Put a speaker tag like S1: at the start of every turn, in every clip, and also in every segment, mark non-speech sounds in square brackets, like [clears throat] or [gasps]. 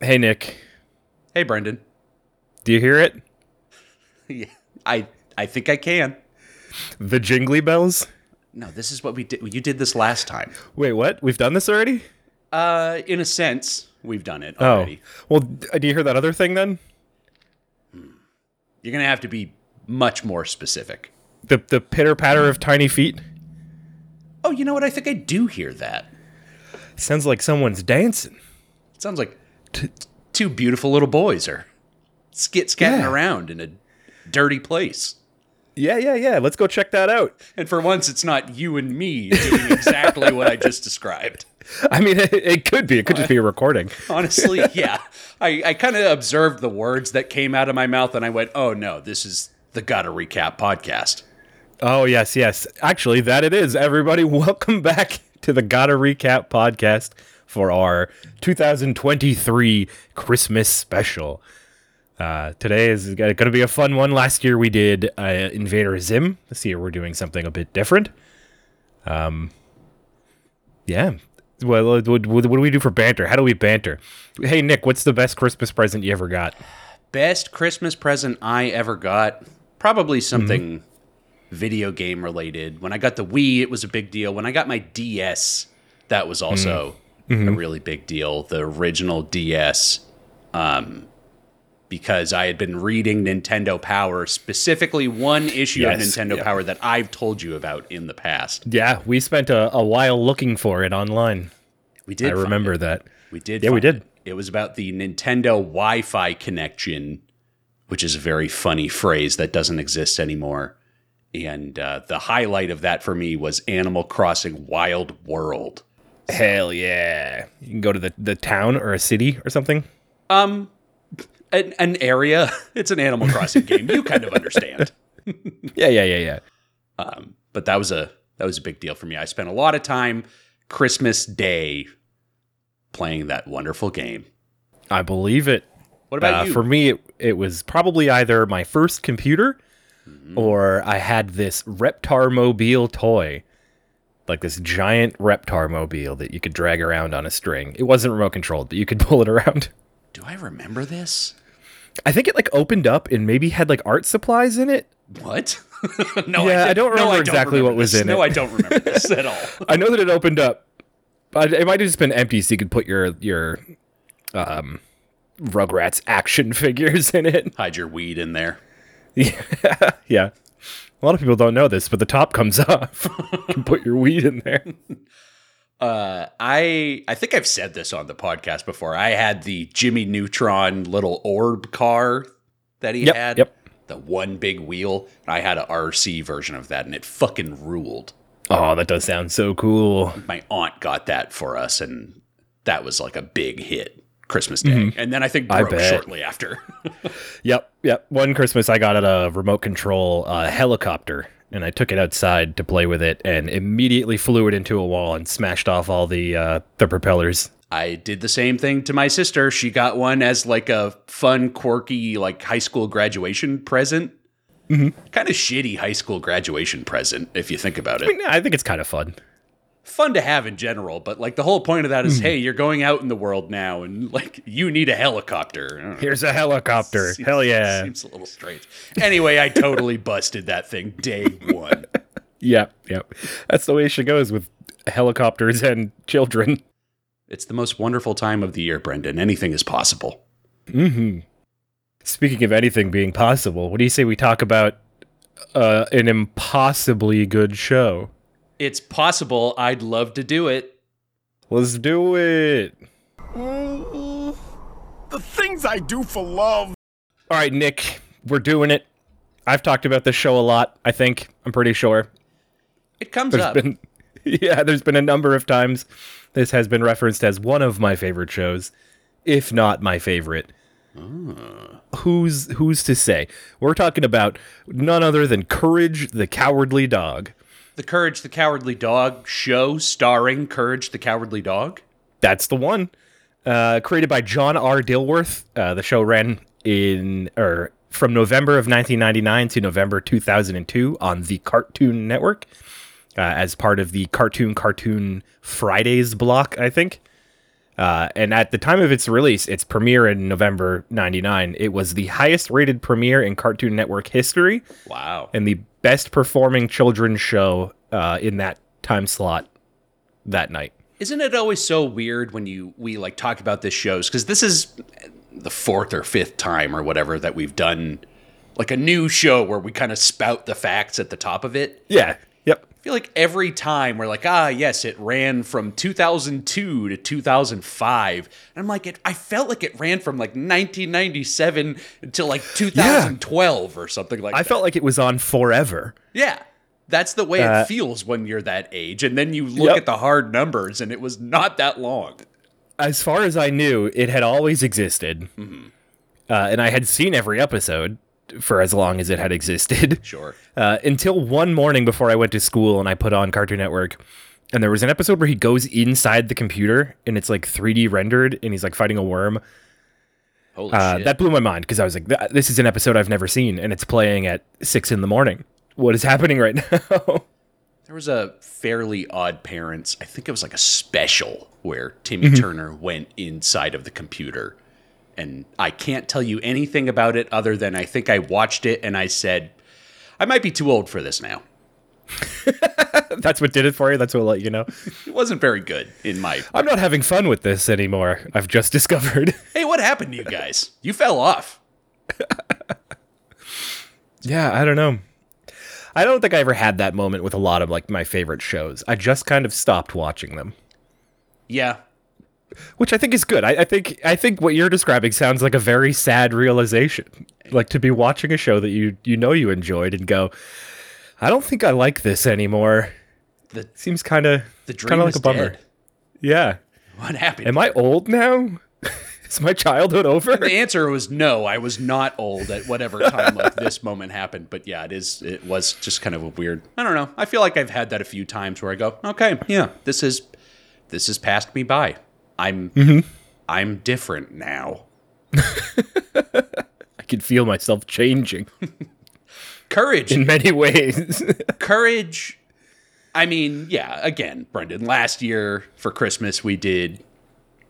S1: Hey, Nick.
S2: Hey, Brendan.
S1: Do you hear it?
S2: [laughs] Yeah, I I think I can.
S1: The jingly bells?
S2: No, this is what we did. You did this last time.
S1: Wait, what? We've done this already?
S2: Uh, in a sense, we've done it already.
S1: Oh. Well, d- do you hear that other thing then?
S2: You're gonna have to be much more specific.
S1: The, the pitter patter of tiny feet?
S2: Oh, you know what? I think I do hear that.
S1: Sounds like someone's dancing.
S2: It sounds like t- two beautiful little boys are skit scatting
S1: Yeah.
S2: around in a dirty place.
S1: Yeah, yeah, yeah. Let's go check that out. [laughs]
S2: And for once, it's not you and me doing exactly what I just described.
S1: I mean, [laughs] it, it could be. It could just be a recording.
S2: [laughs] Honestly, yeah. I, I kind of observed the words that came out of my mouth and I went, oh no, this is the Gotta Recap podcast.
S1: Oh, yes, yes. Actually, that it is. Everybody, [laughs] welcome back to the Gotta Recap podcast for our 2023 Christmas special. Uh, today is going to be a fun one. Last year we did uh, Invader Zim. This year we're doing something a bit different. Um, yeah. Well, what, what, what do we do for banter? How do we banter? Hey, Nick, what's the best Christmas present you ever got?
S2: Best Christmas present I ever got, probably something
S1: Mm-hmm.
S2: video game related. When I got the Wii, it was a big deal. When I got my DS, that
S1: Mm.
S2: was also a
S1: Mm-hmm.
S2: really big deal. The original DS. Um, because I had been reading Nintendo Power, specifically one issue of
S1: Yes,
S2: Nintendo
S1: yeah.
S2: Power that I've told you about in the past.
S1: Yeah, we spent a, a while looking for it online.
S2: We did.
S1: I
S2: find
S1: remember that.
S2: We did.
S1: Yeah, we
S2: find
S1: did.
S2: It. It was about the Nintendo Wi Fi connection, which is a very funny phrase that doesn't exist anymore. And uh, the highlight of that for me was Animal Crossing Wild World.
S1: Hell yeah. You can go to the, the town or a city or something.
S2: Um, an, an area. [laughs] It's an Animal Crossing game. You kind
S1: [laughs]
S2: of understand.
S1: Yeah, yeah, yeah, yeah.
S2: Um, but that was a that was a big deal for me. I spent a lot of time Christmas Day playing that wonderful game.
S1: I believe it.
S2: What about
S1: Uh,
S2: you?
S1: For me, it, it was probably either my first computer or I had this Reptar Mobile toy. Like this giant Reptar Mobile that you could drag around on a string. It wasn't remote controlled, but you could [laughs] pull it around.
S2: Do I remember this?
S1: I think it like opened up and maybe had like art supplies in it.
S2: What? [laughs] no,
S1: Yeah, I
S2: did-
S1: don't
S2: no,
S1: remember exactly
S2: remember
S1: what was
S2: this.
S1: in
S2: no,
S1: it.
S2: I don't
S1: [laughs]
S2: remember this at all.
S1: I know that it opened up. But it might have just been empty, so you could put your your um, Rugrats action [laughs] figures in it.
S2: Hide your weed in there.
S1: Yeah, yeah. A lot of people don't know this, but the top comes [laughs] off. you can put your weed in there.
S2: Uh, I I think I've said this on the podcast before. I had the Jimmy Neutron little orb car that he
S1: Yep,
S2: had.
S1: yep.
S2: The one big wheel. And I had a RC version of that, and it fucking ruled.
S1: Oh, that does sound so cool.
S2: My aunt got that for us, and that was like a big hit Christmas Day. And then I think
S1: Mm-hmm. I
S2: broke
S1: bet.
S2: shortly after. [laughs]
S1: Yep, yep. One Christmas, I got a remote control uh, helicopter, and I took it outside to play with it, and immediately flew it into a wall and smashed off all the uh, the propellers.
S2: I did the same thing to my sister. She got one as like a fun, quirky, like high school graduation present.
S1: Mm-hmm.
S2: Kind of shitty high school graduation present, if you think about
S1: I
S2: it.
S1: mean, I think it's kind of fun.
S2: Fun to have in general, but like the whole point of that
S1: Mm-hmm.
S2: is, hey, you're going out in the world now, and like you need a helicopter. I don't know.
S1: Here's a helicopter. Hell yeah.
S2: Seems a little strange. Anyway,
S1: [laughs]
S2: I totally busted that thing day one.
S1: Yep, yep. That's the way she goes with helicopters [laughs] and children.
S2: It's the most wonderful time of the year, Brendan. Anything is possible.
S1: Speaking of anything being possible, what do you say we talk about uh, an impossibly good show?
S2: It's possible. I'd love to do it.
S1: Let's do it.
S3: Mm-hmm. The things I do for love.
S1: All right, Nick, we're doing it. I've talked about this show a lot, I think. I'm pretty sure.
S2: It comes
S1: There's
S2: up.
S1: been [laughs] Yeah, there's been a number of times this has been referenced as one of my favorite shows, if not my favorite. Who's who's to say? We're talking about none other than Courage the Cowardly Dog.
S2: The Courage the Cowardly Dog show starring Courage the Cowardly Dog.
S1: That's the one. Uh, created by John R. Dilworth. Uh, the show ran in or from November of 1999 to November 2002 on the Cartoon Network uh, as part of the Cartoon Cartoon Fridays block, I think. Uh, and at the time of its release, its premiere in November 99, it was the highest rated premiere in Cartoon Network history
S2: Wow.
S1: and the best performing children's show uh, in that time slot that night.
S2: Isn't it always so weird when you we like talk about this shows because this is the fourth or fifth time or whatever that we've done like a new show where we kind of spout the facts at the top of it.
S1: Yeah. Yep.
S2: I feel like every time we're like, ah, yes, it ran from 2002 to 2005. And I'm like, it, I felt like it ran from like 1997 until like 2012 or something like
S1: I
S2: that.
S1: felt like it was on forever.
S2: yeah. That's the way
S1: Uh,
S2: it feels when you're that age. And then you look
S1: Yep.
S2: at the hard numbers and it was not that long.
S1: as far as I knew, it had always existed,
S2: Mm-hmm.
S1: uh, and I had seen every episode for as long as it had existed.
S2: Sure.
S1: [laughs] Uh, until one morning before I went to school, and I put on Cartoon Network, and there was an episode where he goes inside the computer, and it's like 3D rendered, and he's like fighting a worm.
S2: Holy
S1: Uh,
S2: shit.
S1: that blew my mind because I was like, "Th- "This is an episode I've never seen, and it's playing at six in the morning. What is happening right [laughs] now?"
S2: There was a fairly odd parents. I think it was like a special where Timmy
S1: Mm-hmm.
S2: Turner went inside of the computer. And I can't tell you anything about it other than I think I watched it and I said, I might be too old for this now.
S1: That's what did it for you. That's what let you know.
S2: It wasn't very good in my.
S1: I'm not having fun with this anymore. I've just [laughs] discovered.
S2: Hey, what happened to you guys? You fell off.
S1: Yeah, I don't know. I don't think I ever had that moment with a lot of like my favorite shows. I just kind of stopped watching them,
S2: Yeah.
S1: which I think is good. I, I think I think what you're describing sounds like a very sad realization, like to be watching a show that you you know you enjoyed and go, I don't think I like this anymore.
S2: The,
S1: Seems kind of
S2: the
S1: kind
S2: dream
S1: of
S2: is
S1: like a bummer.
S2: dead.
S1: Yeah.
S2: What happened?
S1: Am I old now? [laughs] is my childhood over?
S2: the answer was no. I was not old at whatever time like this moment happened. But yeah, it is. It was just kind of a weird. I don't know. I feel like I've had that a few times where I go, okay, yeah, this is this has passed me by. I'm
S1: Mm-hmm.
S2: I'm different now.
S1: I can feel myself changing
S2: Courage,
S1: in many ways. [laughs]
S2: courage. I mean, yeah. Again, Brendan. Last year for Christmas we did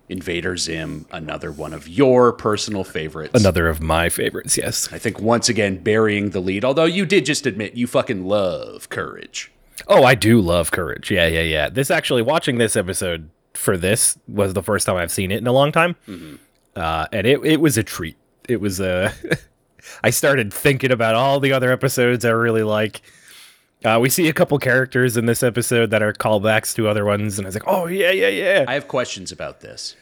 S2: Invader Zim, another one of your personal favorites.
S1: Another of my favorites. Yes.
S2: I think once again burying the lead. Although you did just admit you fucking love courage.
S1: Oh, I do love Courage. Yeah, yeah, yeah. This actually, watching this episode for this was the first time I've seen it in a long time, uh, and it it was a treat. It was a. [laughs] I started thinking about all the other episodes I really like. Uh, we see a couple characters in this episode that are callbacks to other ones, and I was like, "Oh yeah, yeah, yeah."
S2: I have questions about this.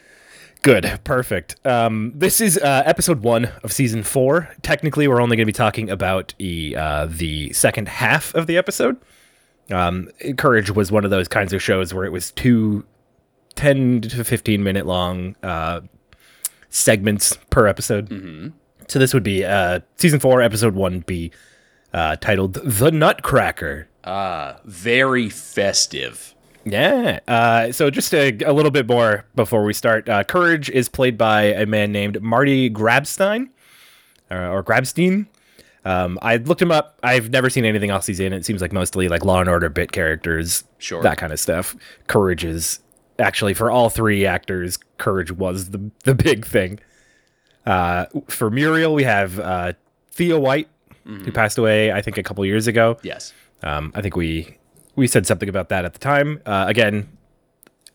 S1: Good, perfect. Um, this is uh, episode one of season four. Technically, we're only going to be talking about the uh, the second half of the episode. Um, Courage was one of those kinds of shows where it was two 10 to 15 minute long uh, segments per episode. So this would be uh, season four, episode one B, uh, titled The Nutcracker.
S2: Very festive.
S1: Yeah. Uh, so just a, a little bit more before we start. Uh, Courage is played by a man named Marty Grabstein uh, or Grabstein. Um, I looked him up. I've never seen anything else he's in. It seems like mostly like Law and Order bit characters,
S2: Sure.
S1: that kind of stuff. Courage is actually for all three actors. Courage was the the big thing. Uh, for Muriel, we have uh, Thea White, who passed away I think a couple years ago.
S2: Yes.
S1: Um, I think we we said something about that at the time. Uh, again,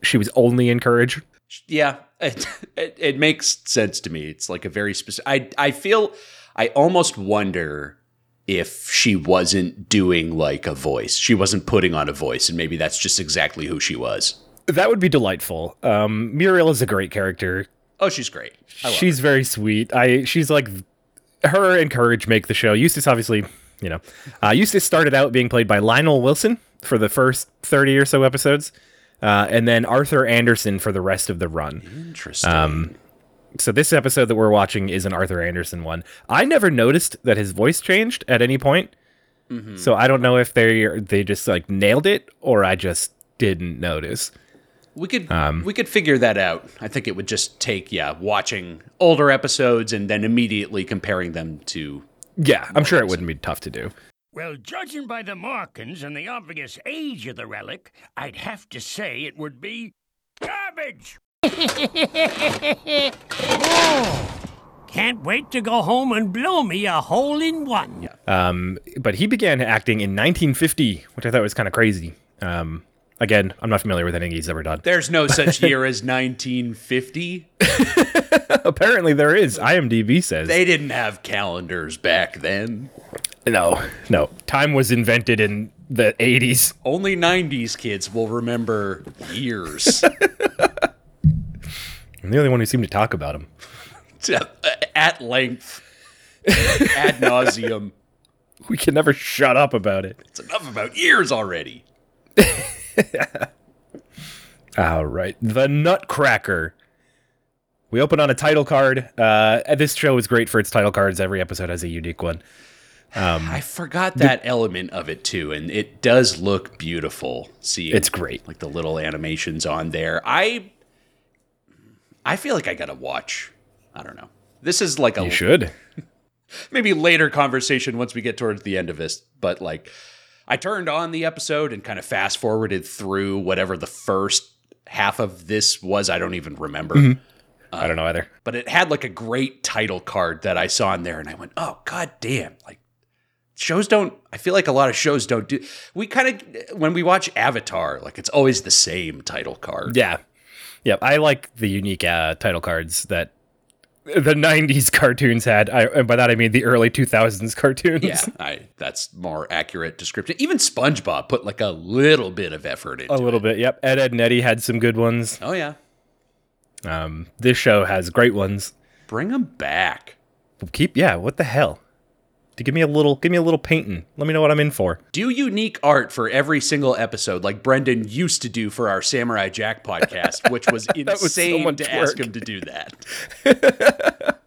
S1: she was only in Courage.
S2: Yeah. It, it, it makes sense to me. It's like a very specific. I, I feel, I almost wonder if she wasn't doing like a voice. She wasn't putting on a voice, and maybe that's just exactly who she was.
S1: That would be delightful. Um, Muriel is a great character.
S2: Oh, she's great. I love
S1: She's very sweet. I she's like her and Courage make the show. Eustace obviously, you know, uh, Eustace started out being played by Lionel Wilson for the first thirty or so episodes, uh, and then Arthur Anderson for the rest of the run.
S2: her. Interesting.
S1: so this episode that we're watching is an Arthur Anderson one. I never noticed that his voice changed at any point. So I don't know if they they just like nailed it or I just didn't notice.
S2: we could we could figure that out. I think it would just take yeah, watching older episodes and then immediately comparing them to
S1: Yeah, I'm sure it wouldn't be tough to do.
S4: Well, judging by the markings and the obvious age of the relic, I'd have to say it would be garbage. [laughs] Can't wait to go home and blow me a hole in one.
S1: Um, but he began acting in 1950, which I thought was kind of crazy. Um, again, I'm not familiar with anything he's ever done.
S2: There's no such year as 1950.
S1: Apparently, there is. IMDb says
S2: They didn't have calendars back then.
S1: no, no. Time was invented in the 80s.
S2: Only 90s kids will remember
S1: [laughs]
S2: years.
S1: I'm the only one who seemed to talk about him.
S2: uh, At length. Ad nauseum.
S1: We can never shut up about it.
S2: It's enough about years already.
S1: All right. The Nutcracker. We open on a title card. Uh, this show is great for its title cards. Every episode has a unique one.
S2: I forgot that element of it too, and it does look beautiful. See,
S1: It's great.
S2: Like the little animations on there. I, I feel like I gotta watch. I don't know. This is like a
S1: You should.
S2: maybe later conversation once we get towards the end of this. But like, I turned on the episode and kind of fast forwarded through whatever the first half of this was. I don't even remember
S1: I don't know either.
S2: but it had like a great title card that I saw in there, and I went, "Oh god damn!" Like shows don't. I feel like a lot of shows don't do. We kind of when we watch Avatar, like it's always the same title card.
S1: Yeah. Yeah. I like the unique uh, title cards that the 90s [laughs] cartoons had. I, and by that, I mean the early 2000s cartoons.
S2: Yeah, I, that's more accurate description. Even SpongeBob put like a little bit of effort
S1: [laughs]
S2: into.
S1: A little bit. Yep. Ed, Ed, and Eddie had some good ones.
S2: Oh yeah,
S1: Um, this show has great ones.
S2: bring them back.
S1: Keep, yeah. What the hell? To give me a little, give me a little painting. Let me know what I'm in for.
S2: Do unique art for every single episode, like Brendan used to do for our Samurai
S1: [laughs]
S2: Jack podcast, which was insane
S1: was so much
S2: to ask
S1: work.
S2: him to do that.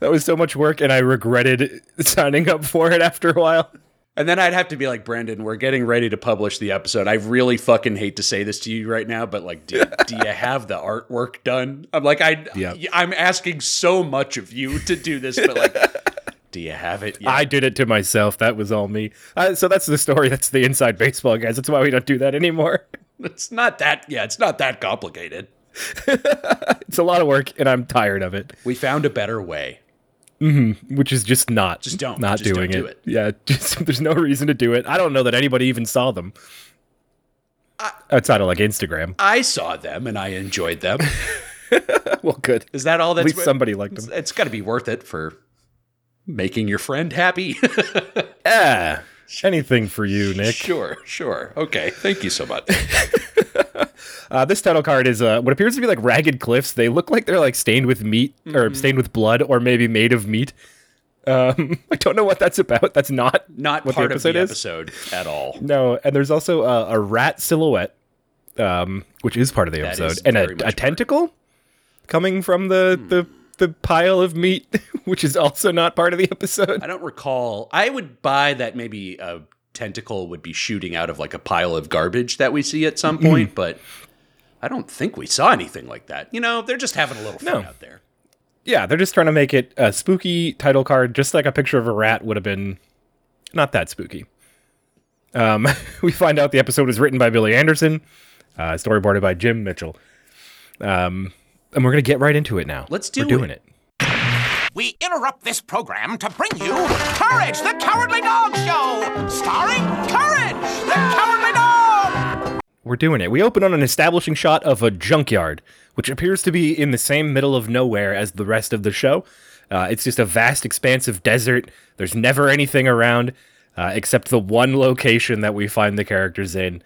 S1: That was so much work, and I regretted [laughs] signing up for it after a while.
S2: And then I'd have to be like, Brandon, we're getting ready to publish the episode. I really fucking hate to say this to you right now, but like, do, do you have the artwork done? I'm like, I,
S1: Yep.
S2: I'm asking so much of you to do this, but like,
S1: [laughs]
S2: do you have it? Yet? [laughs]
S1: I did it to myself. That was all me. Uh, so that's the story. That's the inside baseball, guys. That's why we don't do that anymore. [laughs]
S2: it's not that. Yeah, it's not that complicated.
S1: It's a lot of work, and I'm tired of it.
S2: We found a better way.
S1: Which is just not,
S2: Just don't.
S1: not
S2: Just
S1: doing
S2: don't do
S1: it. Yeah, [laughs] just there's no reason to do it. I don't know that anybody even saw them outside of like
S2: [laughs]
S1: Instagram.
S2: I saw them and I enjoyed them.
S1: Well, good.
S2: Is that all? That's
S1: At least
S2: wor-
S1: somebody liked
S2: [laughs]
S1: them.
S2: It's got to be worth it for making your friend happy. [laughs]
S1: Yeah, anything for you, Nick.
S2: sure, sure. Okay, thank you so
S1: [laughs]
S2: much.
S1: Uh, this title card is uh, what appears to be like ragged cliffs. They look like they're like stained with meat
S2: Mm-hmm.
S1: or stained with blood or maybe made of meat. Um, [laughs] I don't know what that's about. That's not
S2: Not
S1: what
S2: part
S1: the
S2: of the
S1: episode is.
S2: episode at all.
S1: No, and there's also a, a rat silhouette, um, which is part of the
S2: That is
S1: episode, and
S2: very much
S1: a, a
S2: part. Hmm.
S1: tentacle coming from the, the the pile of meat, [laughs] which is also not part of the episode.
S2: I don't recall. I would buy that maybe a tentacle would be shooting out of like a pile of garbage that we see at some
S1: Mm.
S2: point, but I don't think we saw anything like that. You know, they're just having a little fun
S1: No.
S2: out there.
S1: Yeah, they're just trying to make it a spooky title card, just like a picture of a rat would have been not that spooky. Um, [laughs] we find out the episode was written by Billy Anderson, uh, storyboarded by Jim Mitchell. Um, and we're going to get right into it now.
S2: Let's do
S1: We're doing
S2: it.
S1: it.
S5: We interrupt this program to bring you Courage the Cowardly Dog Show, starring Courage the Cowardly Dog!
S1: We're doing it. We open on an establishing shot of a junkyard, which appears to be in the same middle of nowhere as the rest of the show. Uh, it's just a vast expanse of desert. There's never anything around uh, except the one location that we find the characters in,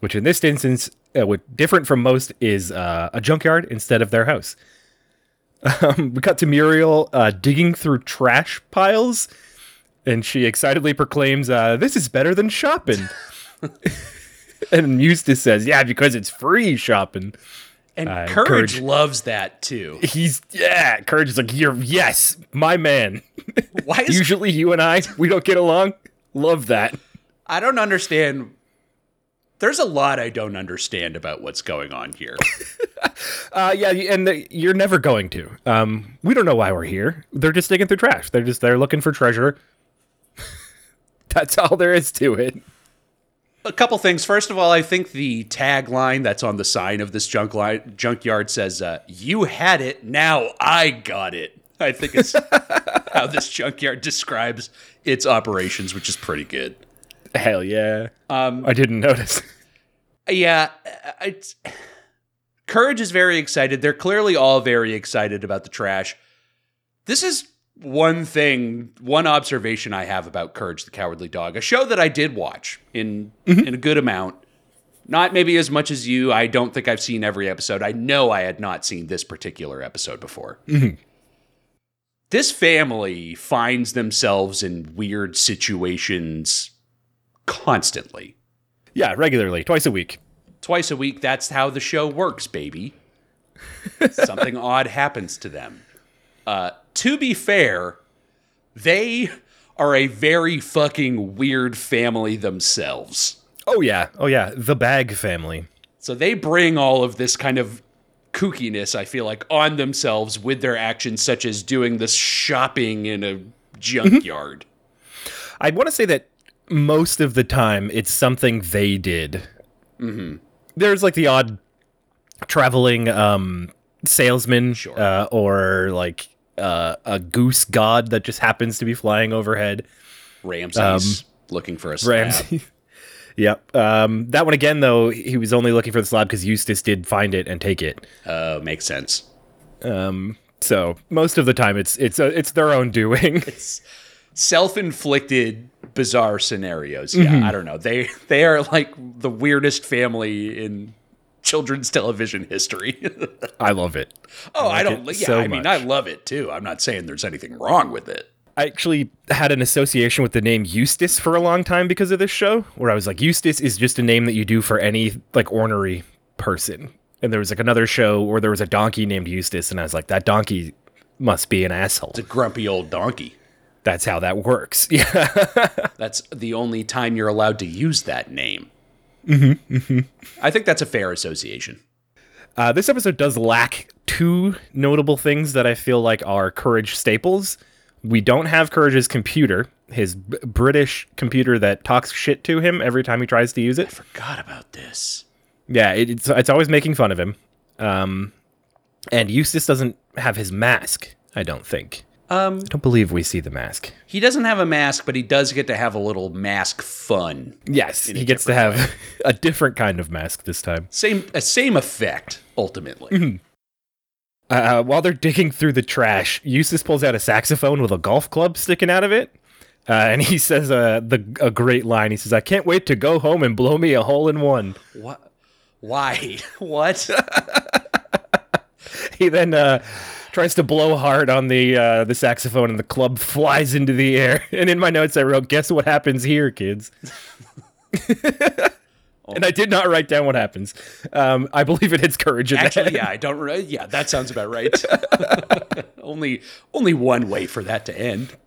S1: which in this instance, uh, what different from most is uh, a junkyard instead of their house. [laughs] Um, we cut to Muriel uh, digging through trash piles, and she excitedly proclaims, uh, "This is better than shopping." And Eustace says, "Yeah, because it's free shopping."
S2: And
S1: Uh,
S2: Courage,
S1: Courage-
S2: loves that
S1: [laughs]
S2: too.
S1: He's yeah. Courage is like, "You're yes, my man." [laughs]
S2: Why is
S1: Usually, you and I we don't get along. Love that.
S2: I don't understand. There's a lot I don't understand about what's going on here.
S1: Uh, yeah, and the, you're never going to. Um, we don't know why we're here. They're just digging through trash. They're [laughs] just they're looking for treasure. That's all there is to it.
S2: a couple things. First of all, I think the tagline that's on the sign of this junk line, junkyard says, uh, "You had it, now I got it." I think it's how this junkyard describes its operations, which is pretty good.
S1: Hell yeah. Um, I didn't notice. [laughs]
S2: Yeah, I- it's Courage is very excited. They're clearly all very excited about the trash. This is one thing, one observation I have about Courage the Cowardly Dog, a show that I did watch in in a good amount. Not maybe as much as you. I don't think I've seen every episode. I know I had not seen this particular episode before. This family finds themselves in weird situations constantly
S1: yeah, regularly, twice a week.
S2: twice a week. That's how the show works, baby. Something odd happens to them. Uh, to be fair, they are a very fucking weird family themselves.
S1: Oh yeah. Oh yeah. The Bag Family.
S2: So they bring all of this kind of kookiness, I feel like, on themselves with their actions, such as doing this shopping in a junkyard.
S1: I want to say that most of the time it's something they did. Mm-hmm. There's like the odd traveling um, salesman uh, or like uh, a goose god that just happens to be flying overhead.
S2: Ramses looking for a slab.
S1: Ramsey. [laughs] yep. Um, that one again, though, he was only looking for the slab because Eustace did find it and take it.
S2: Oh, makes sense.
S1: So most of the time, it's it's uh, it's their own doing.
S2: self-inflicted bizarre scenarios yeah i don't know they they are like the weirdest family in children's television history [laughs] oh
S1: I love it.
S2: i,
S1: like
S2: don't
S1: it
S2: yeah
S1: so
S2: i mean
S1: much.
S2: i love it too i'm not saying there's anything wrong with it
S1: I actually had an association with the name Eustace for a long time because of this show, where I was like, Eustace is just a name that you do for any like ornery person. And there was like another show where there was a donkey named Eustace, and I was like, that donkey must be an asshole.
S2: the grumpy old donkey
S1: That's how that works. [laughs] Yeah.
S2: that's the only time you're allowed to use that name mm-hmm, i think that's a fair association
S1: Uh, this episode does lack two notable things that I feel like are Courage staples. We don't have Courage's computer, his b- British computer that talks shit to him every time he tries to use it.
S2: forgot about this
S1: Yeah, it, it's it's always making fun of him. Um, and Eustace doesn't have his mask. I don't think. Um, I don't believe we see the mask.
S2: he doesn't have a mask but he does get to have a little mask fun
S1: Yes, he gets to have [laughs] a different kind of mask this time.
S2: same uh, same effect ultimately
S1: Uh, while they're digging through the trash, Eustace pulls out a saxophone with a golf club sticking out of it. Uh, and he [laughs] says uh, the, a great line. He says, I can't wait to go home and blow me a hole in one.
S2: What? Why? [laughs] What?
S1: [laughs] He then uh, tries to blow hard on the, uh, the saxophone, and the club flies into the air. [laughs] And in my notes, I wrote, Guess what happens here, kids? [laughs] And I did not write down what happens. Um, I believe it hits courage in the
S2: Actually,
S1: head.
S2: [laughs] yeah, I don't. Re- yeah, that sounds about right. [laughs] only, only one way for that to end.
S1: [laughs]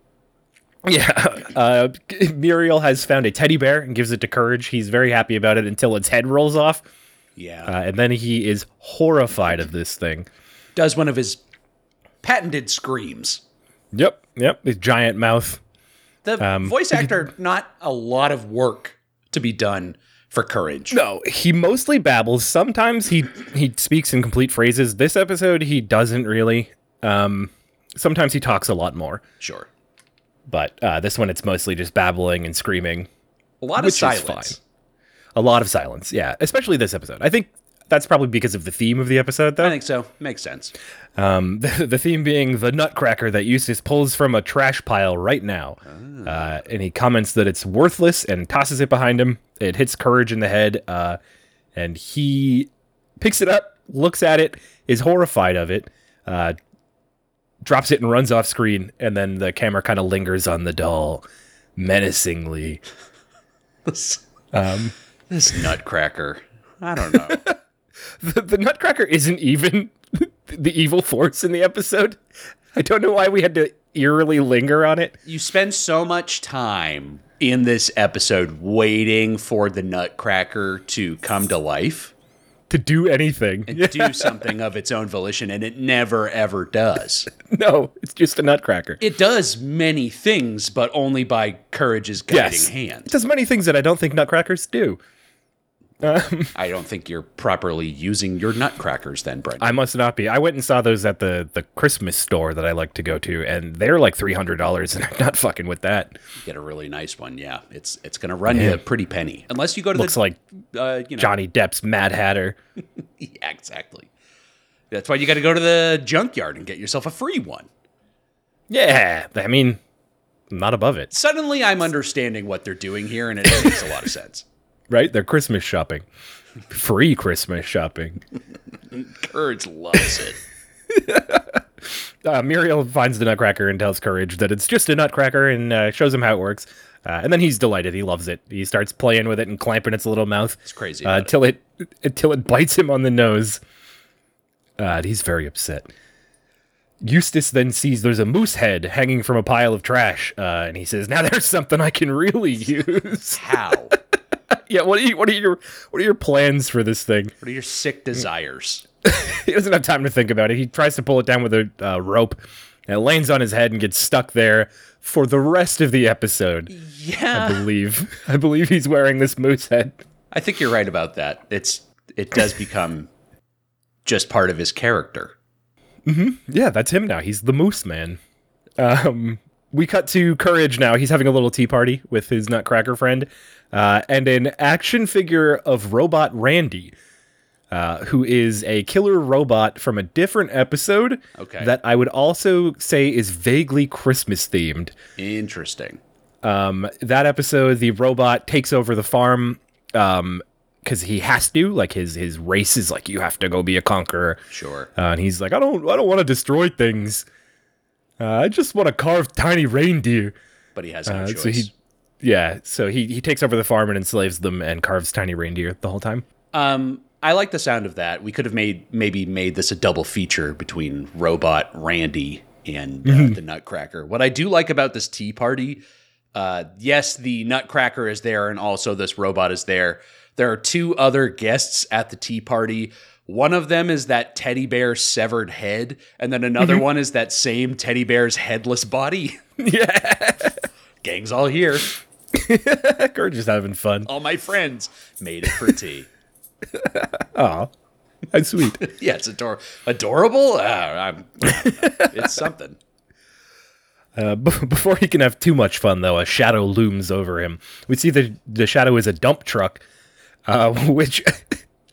S1: Yeah. Uh, Muriel has found a teddy bear and gives it to Courage. He's very happy about it until its head rolls off.
S2: Yeah,
S1: Uh, and then he is horrified of this thing.
S2: does one of his patented screams.
S1: Yep. Yep. His giant mouth.
S2: The voice actor, not a lot of work to be done for courage.
S1: No, he mostly babbles. Sometimes he he speaks in complete phrases. This episode he doesn't really. Um, sometimes he talks a lot more,
S2: Sure,
S1: but uh, this one it's mostly just babbling and screaming.
S2: a lot
S1: Which
S2: of
S1: is
S2: silence.
S1: fine. A lot of silence. Yeah, especially this episode. I think that's probably because of the theme of the episode, though.
S2: I think so. Makes sense.
S1: Um, [laughs] the, the theme being the nutcracker that Eustace pulls from a trash pile right now. Uh, and he comments that it's worthless and tosses it behind him. It hits Courage in the head. Uh, and he picks it up, looks at it, is horrified of it, uh, drops it and runs off screen. And then the camera kind of lingers on the doll menacingly. [laughs]
S2: This, Um, this nutcracker. I don't know.
S1: The, the nutcracker isn't even [laughs] the evil force in the episode. I don't know why we had to eerily linger on it.
S2: you spend so much time in this episode waiting for the nutcracker to come to life
S1: to do anything.
S2: do something of its own volition, and it never ever does.
S1: [laughs] no, it's just a nutcracker.
S2: It does many things, but only by courage's guiding
S1: yes. It [laughs]
S2: hand.
S1: does many things that I don't think nutcrackers do.
S2: I don't think you're properly using your nutcrackers, then, Brent.
S1: I must not be. I went and saw those at the the Christmas store that I like to go to, and they're like three hundred dollars, and I'm not fucking with that.
S2: Get a really nice one, yeah. It's it's gonna run you a pretty penny, unless you go to
S1: Looks
S2: the
S1: like
S2: uh, you know,
S1: Johnny Depp's Mad Hatter.
S2: [laughs] Yeah, exactly. That's why you got to go to the junkyard and get yourself a free one.
S1: Yeah, I mean, I'm not above it,
S2: Suddenly, I'm understanding what they're doing here, and it [laughs] makes a lot of sense.
S1: right? They're Christmas shopping, free Christmas shopping.
S2: Courage loves
S1: [laughs]
S2: it.
S1: Uh, Muriel finds the Nutcracker and tells Courage that it's just a Nutcracker and uh, shows him how it works. Uh, and then he's delighted. He loves it. He starts playing with it and clamping its little mouth. It's
S2: crazy
S1: Uh,
S2: about it.
S1: until it until it bites him on the nose. Uh, and he's very upset. Eustace then sees there's a moose head hanging from a pile of trash, uh, and he says, "Now there's something I can really [laughs] use."
S2: How?
S1: yeah, what are you, what are your what are your plans for this thing?
S2: What are your sick desires?
S1: he doesn't have time to think about it. He tries to pull it down with a uh, rope. And it lands on his head and gets stuck there for the rest of the episode. I
S2: Yeah,
S1: believe. [laughs] I believe he's wearing this moose head.
S2: I think you're right about that. It's it does become just part of his character.
S1: Yeah, that's him now. He's the moose man. Um, we cut to Courage now. He's having a little tea party with his Nutcracker friend, uh, and an action figure of Robot Randy, uh, who is a killer robot from a different episode.
S2: Okay.
S1: That I would also say is vaguely Christmas themed.
S2: Interesting.
S1: Um, that episode, the robot takes over the farm um, because he has to. Like his his race is like you have to go be a conqueror.
S2: Sure.
S1: Uh, and he's like, I don't I don't want to destroy things. Uh, I just want to carve tiny reindeer.
S2: But he has no
S1: Uh,
S2: choice.
S1: so he, yeah. So he he takes over the farm and enslaves them and carves tiny reindeer the whole time. [laughs]
S2: Um, I like the sound of that. We could have made maybe made this a double feature between Robot Randy and uh, the Nutcracker. What I do like about this tea party, uh, yes, the Nutcracker is there, and also this robot is there. There are two other guests at the tea party. One of them is that teddy bear severed head, and then another one is that same teddy bear's headless body. [laughs]
S1: Yeah,
S2: Gang's all here.
S1: Courage is having fun.
S2: All my friends made it for tea.
S1: That's sweet.
S2: Yeah, it's ador- adorable. Uh, I'm, I don't know. it's something.
S1: [laughs] B- Uh, Before he can have too much fun, though, a shadow looms over him. We see the the shadow is a dump truck, uh, [laughs] which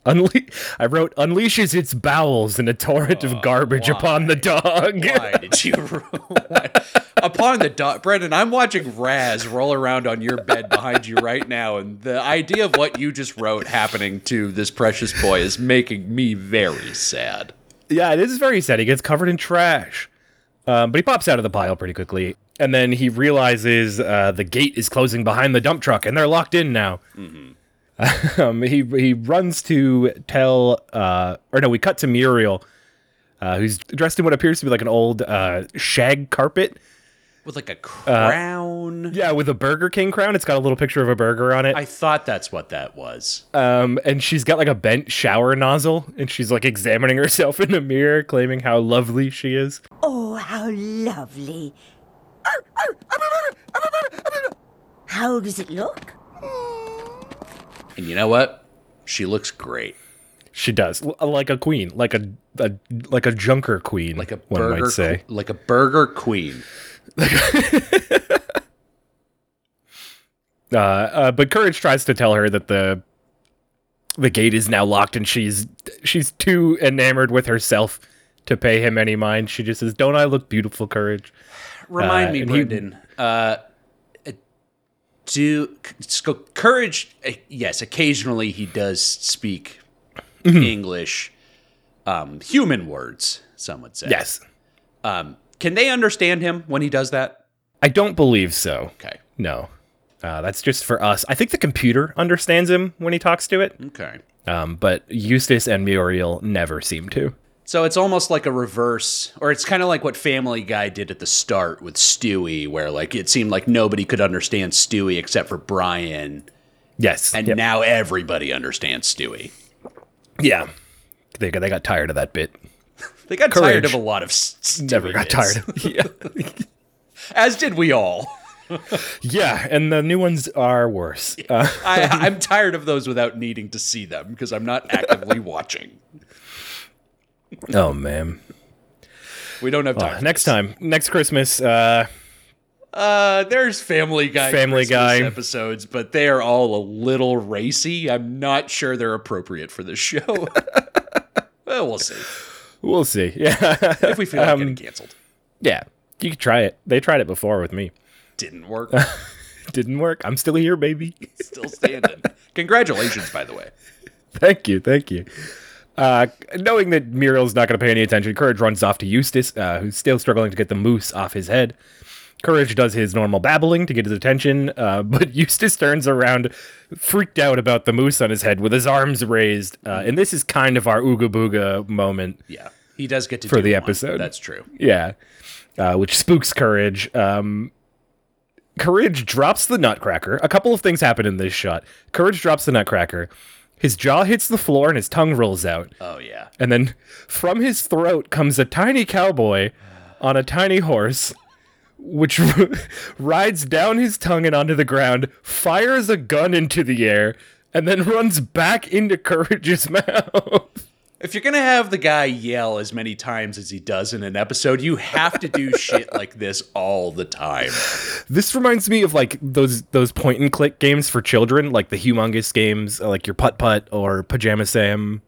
S1: unle- I wrote unleashes its bowels in a torrent of garbage upon the dog. [laughs]
S2: Why did you? why- Upon the dot, Brendan, I'm watching Raz roll around on your bed behind you right now, and the idea of what you just wrote happening to this precious boy is making me very sad.
S1: yeah, it is very sad. He gets covered in trash, um, but he pops out of the pile pretty quickly, and then he realizes uh, the gate is closing behind the dump truck, and they're locked in now. [laughs] um, he he runs to tell, uh, or no, we cut to Muriel, uh, who's dressed in what appears to be like an old uh, shag carpet.
S2: With like a crown.
S1: Yeah, with a Burger King crown. It's got a little picture of a burger on it.
S2: I thought that's what that was.
S1: Um, and she's got like a bent shower nozzle, and she's like examining herself in a mirror, claiming how lovely she is.
S6: Oh, how lovely. How does it look?
S2: and you know what? She looks great.
S1: She does, L- uh, like a queen, like a, a like a junker queen,
S2: Like a
S1: one
S2: burger,
S1: might say.
S2: like a burger queen.
S1: Uh, uh, but courage tries to tell her that the the gate is now locked, and she's she's too enamored with herself to pay him any mind. She just says, "Don't I look beautiful, courage?"
S2: Remind
S1: Uh,
S2: me,
S1: and he-
S2: Brendan. uh, do c- c- courage? uh, Yes, occasionally he does speak
S1: Mm-hmm.
S2: English, um, human words. Some would say.
S1: Yes,
S2: Um, can they understand him when he does that?
S1: I don't believe so.
S2: Okay.
S1: No, uh, that's just for us. I think the computer understands him when he talks to it,
S2: Okay.
S1: um, but Eustace and Muriel never seem to.
S2: So it's almost like a reverse, or it's kind of like what Family Guy did at the start with Stewie, where like it seemed like nobody could understand Stewie except for Brian,
S1: Yes,
S2: and
S1: Yep.
S2: now everybody understands Stewie.
S1: Yeah. They got, they got tired of that bit.
S2: They got tired of
S1: Courage.
S2: a lot of s- s-
S1: Never got
S2: stupid bits.
S1: tired. [laughs] Of, yeah.
S2: as did we all.
S1: yeah, and the new ones are [laughs] worse. Uh,
S2: I, I'm tired of those without needing to see them because I'm
S1: [laughs]
S2: not actively watching.
S1: oh man.
S2: We don't have time.
S1: Uh,
S2: for
S1: next
S2: this.
S1: time, next Christmas, uh,
S2: Uh, there's Family Guy,
S1: Family
S2: Christmas
S1: Guy.
S2: episodes, but they are all a little racy. I'm not sure they're appropriate for this
S1: [laughs]
S2: show. well, we'll see
S1: we'll see. [laughs] Yeah,
S2: if we feel like
S1: Um,
S2: getting canceled.
S1: yeah. You can try it. They tried it before with me.
S2: Didn't work.
S1: Didn't work. I'm still here, [laughs] baby. [laughs]
S2: Still standing. Congratulations, by the way.
S1: thank you, thank you. Uh, knowing that Muriel's not going to pay any attention, Courage runs off to Eustace, uh, who's still struggling to get the moose off his head. Courage does his normal babbling to get his attention, uh, [laughs] but Eustace turns around, freaked out about the moose on his head, with his arms raised. Uh, and this is kind of our Ooga Booga moment.
S2: Yeah, he does get to
S1: For
S2: do
S1: the
S2: one.
S1: episode.
S2: That's true.
S1: Yeah. Uh, which spooks Courage. Um, Courage drops the nutcracker. A couple of things happen in this shot. Courage drops the nutcracker. His jaw hits the floor and his tongue rolls out.
S2: Oh yeah.
S1: And then from his throat comes a tiny cowboy on a tiny horse, which [laughs] rides down his tongue and onto the ground, fires a gun into the air, and then runs back into Courage's [laughs] mouth.
S2: If you're gonna have the guy yell as many times as he does in an episode, you have to do shit like this all the time.
S1: This reminds me of like those those point and click games for children, like the humongous games, uh, like your putt putt or pajama sam,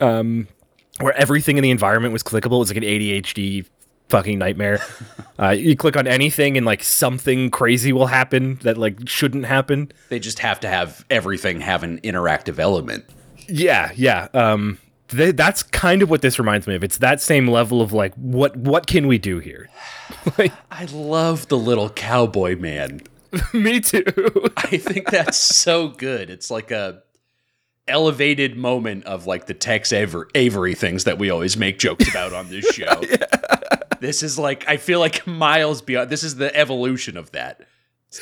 S1: um, where everything in the environment was clickable. It's like an ADHD fucking [laughs] nightmare. uh, you click on anything and like something crazy will happen that like shouldn't happen.
S2: They just have to have everything have an interactive element.
S1: Yeah, yeah. Um, th- that's kind of what this reminds me of. It's that same level of like what what can we do here?
S2: I love the little cowboy man.
S1: [laughs] me too.
S2: I think that's so good. It's like a elevated moment of like the Tex Aver- Avery things that we always make jokes about on this show. This is like I feel like miles beyond. This is the evolution of that.
S1: [laughs]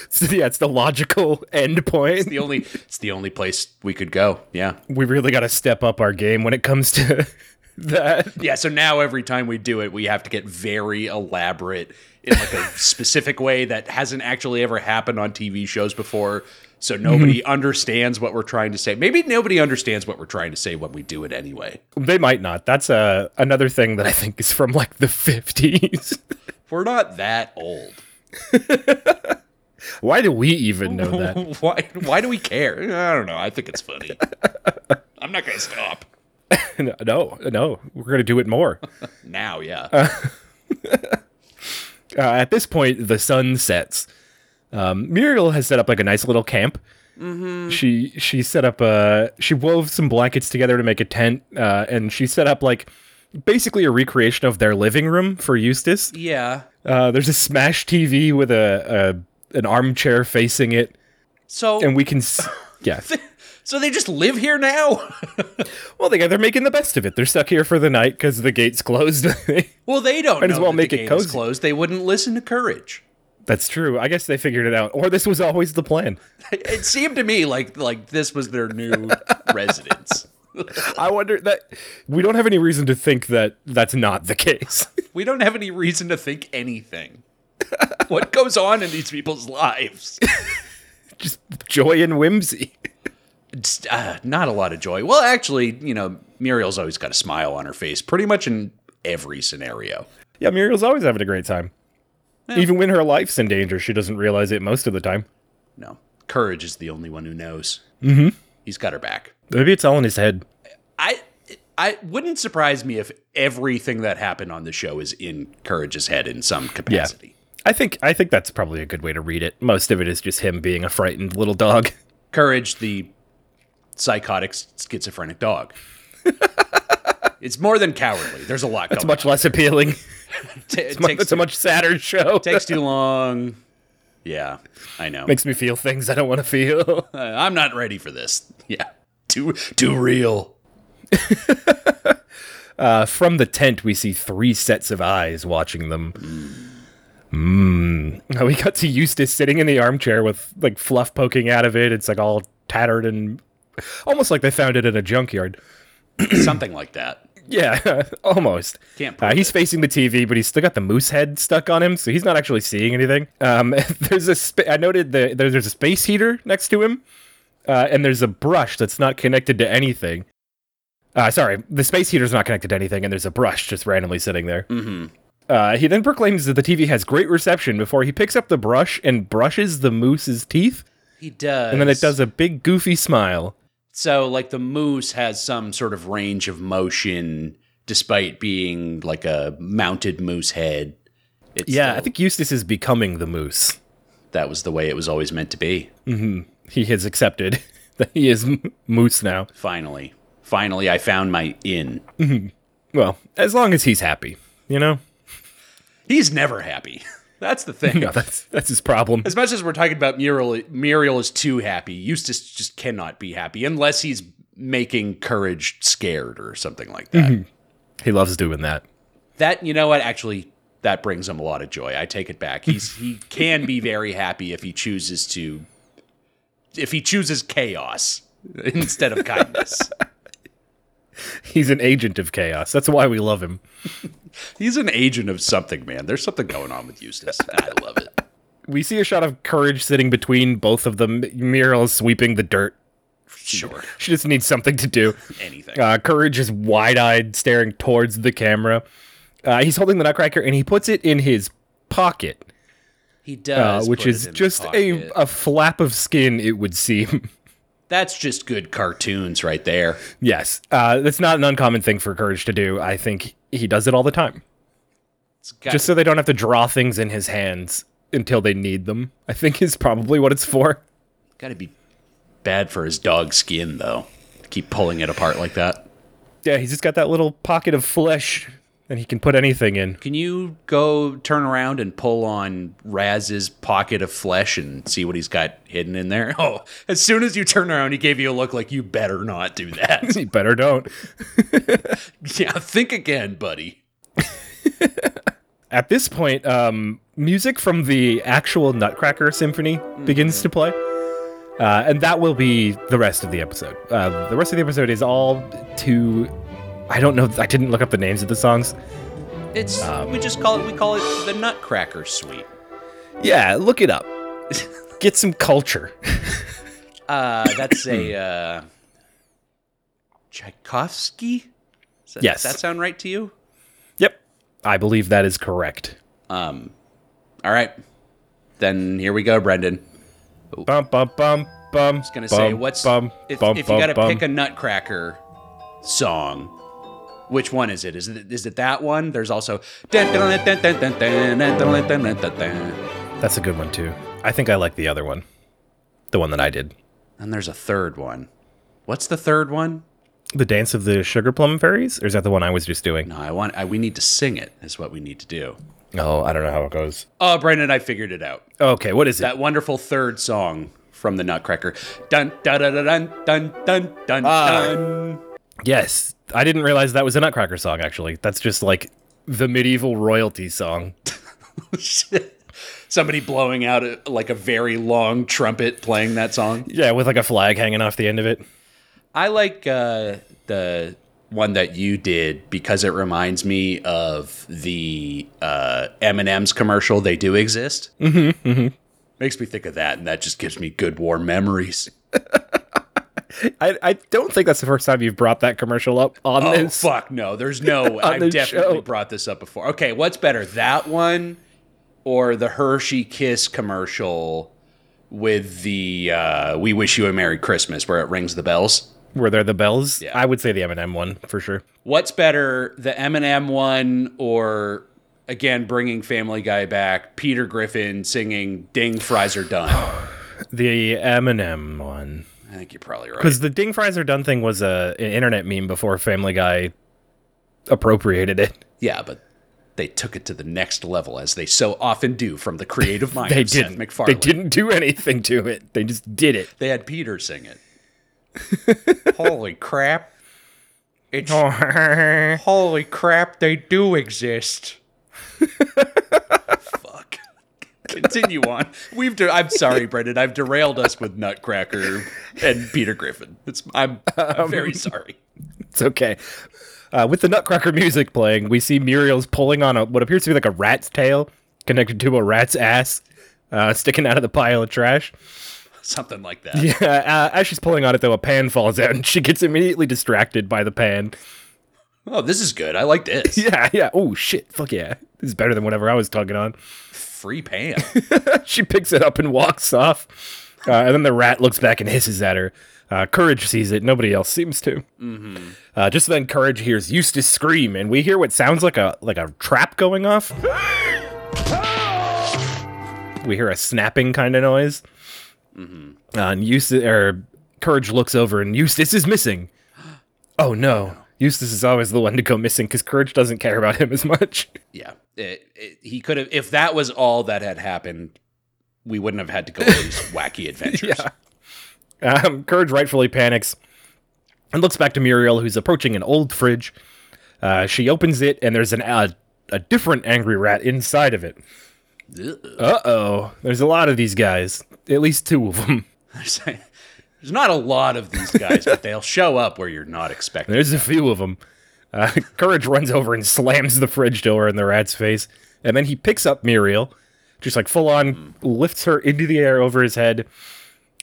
S1: So, yeah, it's the logical end point.
S2: The only it's the only place we could go. Yeah.
S1: we really got to step up our game when it comes to [laughs] that.
S2: Yeah, so now every time we do it, we have to get very elaborate in
S1: [laughs]
S2: like a specific way that hasn't actually ever happened on TV shows before. So nobody
S1: Mm-hmm.
S2: understands what we're trying to say. Maybe nobody understands what we're trying to say when we do it anyway.
S1: They might not. That's uh, another thing that I think is from like the 50s.
S2: We're not that old.
S1: [laughs] Why do we even know
S2: [laughs]
S1: that?
S2: why why do we care? I don't know. I think it's funny.
S1: [laughs]
S2: I'm not going to stop.
S1: No, no, we're going to do it more.
S2: Now, yeah.
S1: Uh, at this point, the sun sets. Um, Muriel has set up like a nice little camp. She she set up a she wove some blankets together to make a tent, uh, and she set up like basically a recreation of their living room for Eustace.
S2: yeah.
S1: Uh, there's a smash TV with a, a an armchair facing it.
S2: So
S1: and we can s- yeah
S2: so they just live here now? [laughs]
S1: well they, they're making the best of it they're stuck here for the night because the gate's closed [laughs]
S2: Well, they don't
S1: Might
S2: know
S1: as well
S2: that
S1: make
S2: the
S1: it
S2: gate is
S1: cozy.
S2: closed. They wouldn't listen to courage.
S1: that's true i guess they figured it out or this was always the plan
S2: It seemed to me like like this was their new residence.
S1: i wonder that we don't have any reason to think that that's not the case [laughs]
S2: We don't have any reason to think anything. What goes on in these people's lives?
S1: just joy and whimsy
S2: It's, uh, not a lot of joy. Well, actually, you know, Muriel's always got a smile on her face, pretty much in every scenario.
S1: yeah muriel's always having a great time even when her life's in danger she doesn't realize it most of the time
S2: No, courage is the only one who knows. Mm-hmm. He's got her back.
S1: maybe it's all in his head
S2: I. I wouldn't surprise me if everything that happened on the show is in Courage's head in some capacity.
S1: i think i think that's probably a good way to read it most of it is just him being a frightened little dog
S2: Courage, the psychotic
S1: [laughs]
S2: schizophrenic dog. it's more than cowardly. There's a lot
S1: it's
S2: going
S1: much less [laughs] appealing
S2: on. T- it
S1: Mu- [laughs]
S2: takes,
S1: it's a much sadder [laughs] show
S2: takes too long. Yeah, I know.
S1: makes me feel things I don't want to feel.
S2: Uh, I'm not ready for this. [laughs] Yeah. Too too real.
S1: [laughs]
S2: [clears throat]
S1: Uh, from the tent, we see three sets of eyes watching them. Mm. [laughs] Uh, We cut to Eustace sitting in the armchair with like fluff poking out of it. It's like all tattered and almost like they found it in a junkyard.
S2: something like that.
S1: Yeah, [laughs] almost.
S2: Can't
S1: Uh,
S2: prove
S1: he's
S2: it.
S1: facing the TV, but he's still got the moose head stuck on him, so he's not actually seeing anything. Um, [laughs] there's a sp- I noted the there, there's a space heater next to him, uh, and there's a brush that's not connected to anything. Uh, sorry, the space heater's not connected to anything, and there's a brush just randomly sitting there. Mm-hmm. Uh, he then proclaims that the TV has great reception before he picks up the brush and brushes the moose's teeth,
S2: He does.
S1: and then it does a big goofy smile.
S2: So, like, the moose has some sort of range of motion despite being like a mounted moose head. It's
S1: Yeah,
S2: still-
S1: I think Eustace is becoming the moose.
S2: that was the way it was always meant to be.
S1: he has accepted [laughs] that he is m- Moose now.
S2: Finally. Finally, I found my in.
S1: Well, as long as he's happy, you
S2: [laughs]
S1: know.
S2: He's never happy. [laughs] That's the thing.
S1: No, that's that's his problem.
S2: As much as we're talking about Muriel, Muriel is too happy. Eustace just cannot be happy unless he's making Courage scared or something like that.
S1: Mm-hmm. He loves doing that.
S2: That you know what? Actually, that brings him a lot of joy. I take it
S1: [laughs]
S2: back. He's he can be very happy if he chooses to, if he chooses chaos [laughs] instead
S1: [laughs]
S2: of kindness.
S1: He's an agent of chaos. That's why we love him.
S2: He's an agent of something, man. There's something going on with Eustace. I love it.
S1: We see a shot of Courage sitting between both of them. Muriel is sweeping the dirt.
S2: Sure,
S1: She just needs something to do.
S2: anything.
S1: Uh, Courage is wide-eyed, staring towards the camera. Uh, he's holding the Nutcracker, and he puts it in his pocket,
S2: He
S1: uh,
S2: does,
S1: which
S2: put it
S1: is
S2: in the
S1: just a,
S2: pocket.
S1: a flap of skin, it would seem.
S2: That's just good cartoons right there.
S1: Yes, uh, that's not an uncommon thing for Courage to do. I think he does it all the time,
S2: It's got-
S1: just so they don't have to draw things in his hands until they need them. I think is probably what it's for.
S2: Got to be bad for his dog skin, though. to Keep pulling it apart like that.
S1: Yeah, he's just got that little pocket of flesh, and he can put anything in.
S2: Can you go turn around and pull on Raz's pocket of flesh and see what he's got hidden in there? [laughs] Oh, as soon as you turn around, he gave you a look like you better not do that.
S1: You better don't.
S2: [laughs] yeah, think again, buddy.
S1: At this point, um, music from the actual Nutcracker Symphony begins to play. Uh, and that will be the rest of the episode. Uh, the rest of the episode is all to. I don't know. I didn't look up the names of the songs.
S2: It's we just call it we call it the Nutcracker [clears throat] Suite.
S1: Yeah, look it
S2: [laughs]
S1: up. Get some culture.
S2: Uh, that's a uh, Tchaikovsky. Does that,
S1: Yes.
S2: that sound right to you?
S1: Yep. I believe that is correct.
S2: Um, All right, then here we go, Brendan.
S1: Bum bum bum bum.
S2: was gonna say what's if, if you gotta pick a nutcracker song which one is it is it is it that one there's also and
S1: That's a good one too. I think I like the other one. The one that I did.
S2: there's a third one what's the third one
S1: The Dance of the Sugar Plum Fairies? Or is that the one I was just doing?
S2: no i want I, we need to sing it is what we need to do
S1: Oh, I don't know how it goes.
S2: oh brendan i figured it out
S1: Okay, what is it?
S2: that wonderful third song from the nutcracker dun dun dun dun dun dun dun dun
S1: yes. I didn't realize that was a Nutcracker song, actually. That's just like the medieval royalty song.
S2: [laughs] somebody blowing out a, like a very long trumpet playing that song
S1: Yeah, with like a flag hanging off the end of it.
S2: I like uh, the one that you did because it reminds me of the uh, M&M's commercial. They do exist. Mm-hmm, mm-hmm. Makes me think of that, and that just gives me good warm memories.
S1: I, I don't think that's the first time you've brought that commercial up on [laughs]
S2: Oh
S1: this.
S2: fuck no! There's no. I've
S1: this
S2: definitely
S1: show.
S2: brought this up before. Okay, what's better, that one or the Hershey Kiss commercial with the uh, "We Wish You a Merry Christmas" where it rings the bells?
S1: Were there the bells?
S2: Yeah.
S1: I would say the M&M one for sure.
S2: what's better, the Eminem one or again bringing Family Guy back, Peter Griffin singing "Ding Fries Are Done"?
S1: The M&M one.
S2: I think you're probably right.
S1: Because the Ding Fries Are Done thing was a, an internet meme before Family Guy appropriated it.
S2: Yeah, but they took it to the next level as they so often do from the creative mind.
S1: [laughs] They
S2: of Seth
S1: didn't.
S2: MacFarlane.
S1: They didn't do anything to it. They just did [laughs] it.
S2: They had Peter sing
S1: [laughs]
S2: it. Holy crap! It's
S1: Oh.
S2: holy crap. They
S1: [laughs]
S2: do exist. Fuck. Continue on. We've. De- I'm sorry, Brendan. I've
S1: Um,
S2: derailed us with Nutcracker and Peter Griffin. It's. I'm, I'm very sorry.
S1: It's okay. Uh, with the Nutcracker music playing, we see Muriel's pulling on a what appears to be like a rat's tail connected to a rat's ass, uh, sticking out of the pile of trash. [laughs]
S2: Something like that.
S1: Yeah, uh, as she's pulling on it, though, a pan falls out, and she gets immediately distracted by the pan.
S2: Oh, this is good. I like this.
S1: Yeah, yeah. Oh shit! Fuck yeah! This is better than whatever I was tugging on. [laughs]
S2: Free pan.
S1: she picks it up and walks off. Uh, and then the rat looks back and hisses at her. Uh, Courage sees it. Nobody else seems to. Uh, just then, Courage hears Eustace scream, and we hear what sounds like a like a trap going off. we hear a snapping kind of noise. Uh, and Eustace, or Courage looks over, and Eustace is missing. [gasps] Oh no! Eustace is always the one to go missing because Courage doesn't care about him as much.
S2: yeah. It, it, he could have, if that was all that had happened, we wouldn't have had to go on
S1: [laughs]
S2: these wacky adventures.
S1: Yeah. Um, Courage rightfully panics and looks back to Muriel, who's approaching an old fridge. Uh, she opens it, and there's an uh, a different angry rat inside of it.
S2: Ugh.
S1: Uh oh, there's a lot of these guys. At least two of them.
S2: There's, there's not a lot of these guys, but they'll show up where you're not expecting.
S1: There's a few of them. Uh, [laughs] Courage runs over and slams the fridge door in the rat's face, and then he picks up Muriel, just like full on lifts her into the air over his head,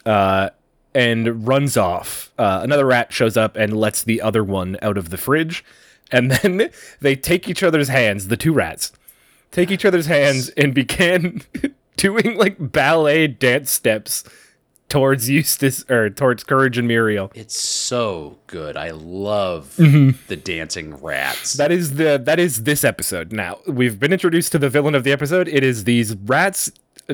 S1: uh, and runs off. Uh, another rat shows up and lets the other one out of the fridge, and [laughs] then they take each other's hands. The two rats take each other's hands and begin [laughs] doing like ballet dance steps towards Eustace or towards Courage and Muriel.
S2: It's so good. I love
S1: Mm-hmm.
S2: the dancing rats.
S1: That is the that is this episode. Now we've been introduced to the villain of the episode. It is these rats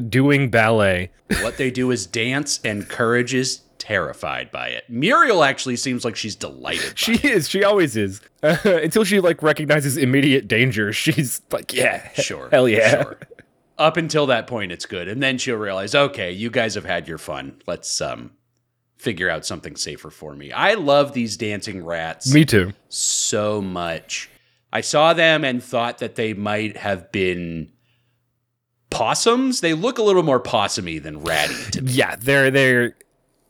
S1: doing ballet.
S2: what they do is dance, and Courage is terrified by it. Muriel actually seems like she's delighted. by
S1: She is. She always is. [laughs] Uh, until she like recognizes immediate danger, [laughs] she's like, yeah, [laughs]
S2: it. sure.
S1: hell yeah.
S2: Sure. Up until that point, it's good, and then she'll realize, okay, you guys have had your fun. Let's um figure out something safer for me. I love these dancing rats.
S1: Me too.
S2: so much. I saw them and thought that they might have been possums. They look a little more possumy than ratty. To me.
S1: Yeah, they're they're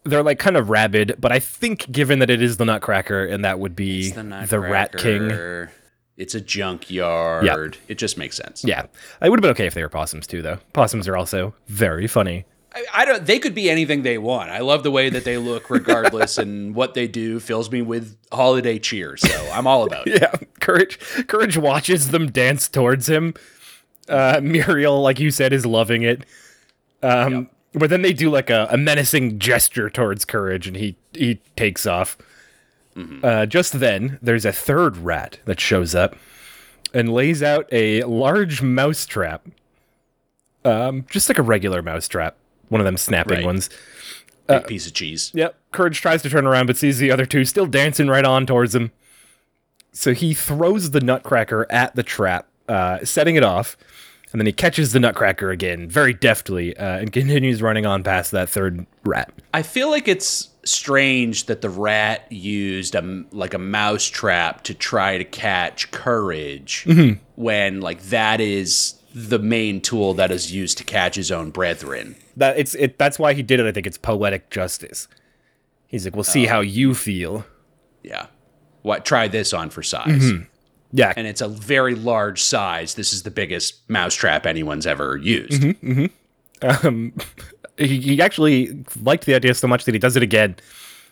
S1: they're like kind of rabid, but I think given that it is the Nutcracker, and that would be
S2: It's
S1: the, Rat King.
S2: Nutcracker. It's a junkyard. It just makes sense.
S1: Yeah, it would have been okay if they were possums too, though. Possums are also very funny.
S2: I, I don't. They could be anything they want. I love the way that they look, regardless, and what they do fills me with holiday cheer. So I'm all about
S1: [laughs]
S2: it.
S1: Yeah, courage. Courage watches them dance towards him. Uh, Muriel, like you said, is loving it. Um, But then they do like a, a menacing gesture towards Courage, and he he takes off. Uh, just then, there's a third rat that shows up and lays out a large mouse trap. Um, just like a regular mouse trap, one of them snapping
S2: Right.
S1: ones.
S2: Big piece of cheese.
S1: Yep. Courage tries to turn around but sees the other two still dancing right on towards him. So he throws the nutcracker at the trap, uh, setting it off. And then he catches the nutcracker again very deftly uh, and continues running on past that third rat.
S2: I feel like it's strange that the rat used a m- like a mouse trap to try to catch courage
S1: Mm-hmm.
S2: when like that is the main tool that is used to catch his own brethren.
S1: That it's it that's why he did it. I think it's poetic justice. He's like, "We'll see how you feel."
S2: Yeah. What try this on for size.
S1: Mm-hmm. Yeah,
S2: And it's a very large size. This is the biggest mouse trap anyone's ever used.
S1: Mm-hmm. he, he actually liked the idea so much that he does it again.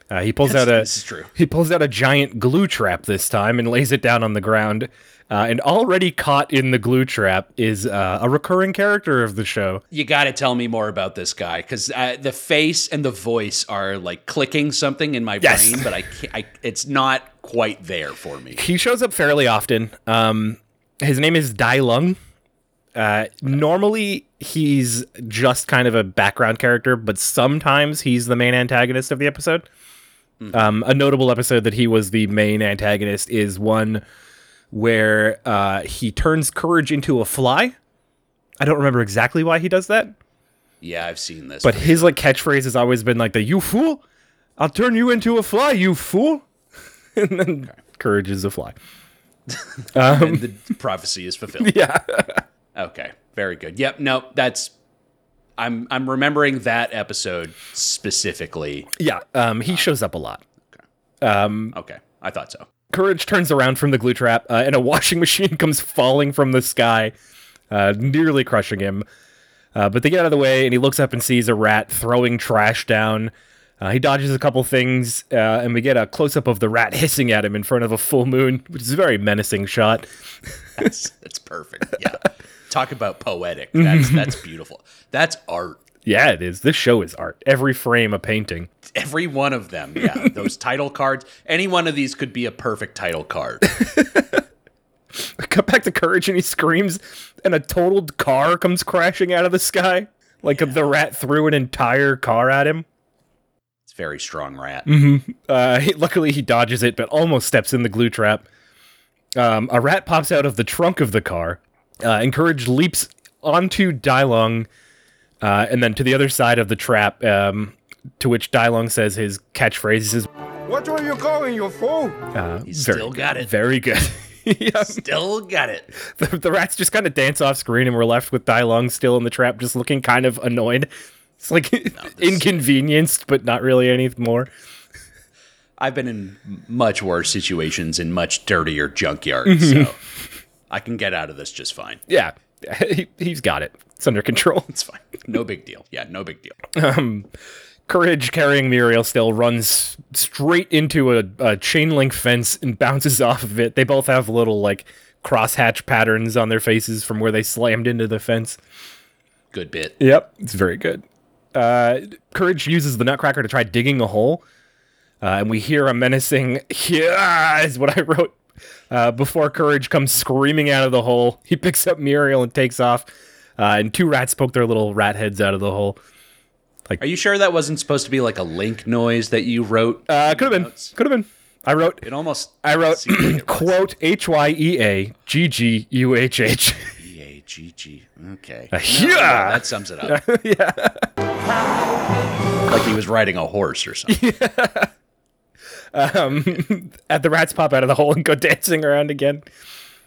S1: Uh, he pulls out a
S2: this is true.
S1: he pulls out a giant glue trap this time and lays it down on the ground. Uh, and already caught in the glue trap is uh, a recurring character of the show.
S2: You got to tell me more about this guy cuz uh, the face and the voice are like clicking something in my
S1: Yes.
S2: brain, but I, can't, I it's not quite there for me.
S1: He shows up fairly often. Um, his name is Dai Lung. Uh, normally, he's just kind of a background character, but sometimes he's the main antagonist of the episode. Um, a notable episode that he was the main antagonist is one where uh, he turns courage into a fly. I don't remember exactly why he does that,
S2: Yeah, I've seen this.
S1: but his like catchphrase has always been like the "You fool, I'll turn you into a fly, you fool," [laughs] and then courage is a fly.
S2: and
S1: Um,
S2: the prophecy is fulfilled.
S1: Yeah.
S2: Okay, very good. Yep. No, that's. I'm I'm remembering that episode specifically.
S1: Yeah, um, he shows up a lot.
S2: Okay, I thought so.
S1: Courage turns around from the glue trap, uh, and a washing [laughs] machine comes falling from the sky, uh, nearly crushing him. Uh, but they get out of the way, and he looks up and sees a rat throwing trash down. Uh, he dodges a couple things, uh, and we get a close up of the rat hissing at him in front of a full moon, which is a very menacing shot.
S2: That's, that's perfect. Yeah. Talk about poetic. That's
S1: Mm-hmm.
S2: that's beautiful. That's art.
S1: Yeah, it is. This show is art. Every frame a painting. [laughs]
S2: Every one of them. Yeah. Those title cards. Any one of these could be a perfect title card.
S1: Cut back to Courage, and he screams, and a totaled car comes crashing out of the sky. Like the rat threw an entire car at him.
S2: It's very strong rat.
S1: Uh, he- luckily, he dodges it, but almost steps in the glue trap. Um, a rat pops out of the trunk of the car. Uh, and Courage leaps onto Dylong uh, and then to the other side of the trap, um, to which Dylong says his catchphrase is
S3: What are you going, you fool?
S2: He's
S1: very
S2: still
S1: good.
S2: got it.
S1: very good. [laughs] yeah,
S2: Still got it.
S1: the, the rats just kind of dance off screen, and we're left with Dylong still in the trap, just looking kind of annoyed. [laughs] It's like inconvenienced, but not really any more.
S2: I've been in much worse situations in much dirtier junkyards,
S1: Mm-hmm.
S2: so I can get out of this just fine.
S1: Yeah, [laughs] he, he's got it. It's under control.
S2: It's fine. No big deal. Yeah, no big deal.
S1: Courage, carrying Muriel, still runs straight into a, a chain link fence and bounces [laughs] off of it. They both have little like crosshatch patterns on their faces from where they slammed into the fence.
S2: Good bit.
S1: Yep, it's very good. Uh, Courage uses the Nutcracker to try digging a hole, uh, and we hear a menacing "Yeah" is what I wrote. Uh, before Courage comes screaming out of the hole, he picks up Muriel and takes off. Uh, and two rats poke their little rat heads out of the hole.
S2: Are you sure that wasn't supposed to be like a link noise that you wrote?
S1: Uh, could have been. Could have been. I wrote.
S2: it almost.
S1: I wrote [clears throat]
S2: seemed like it was.
S1: quote H Y E A G G U H [laughs] H.
S2: B-A-G-G. Okay.
S1: yeah. [laughs]
S2: that sums it up. yeah. Like he was riding a horse
S1: [laughs]
S2: or something.
S1: At the rats pop out of the hole and go [laughs] dancing around again.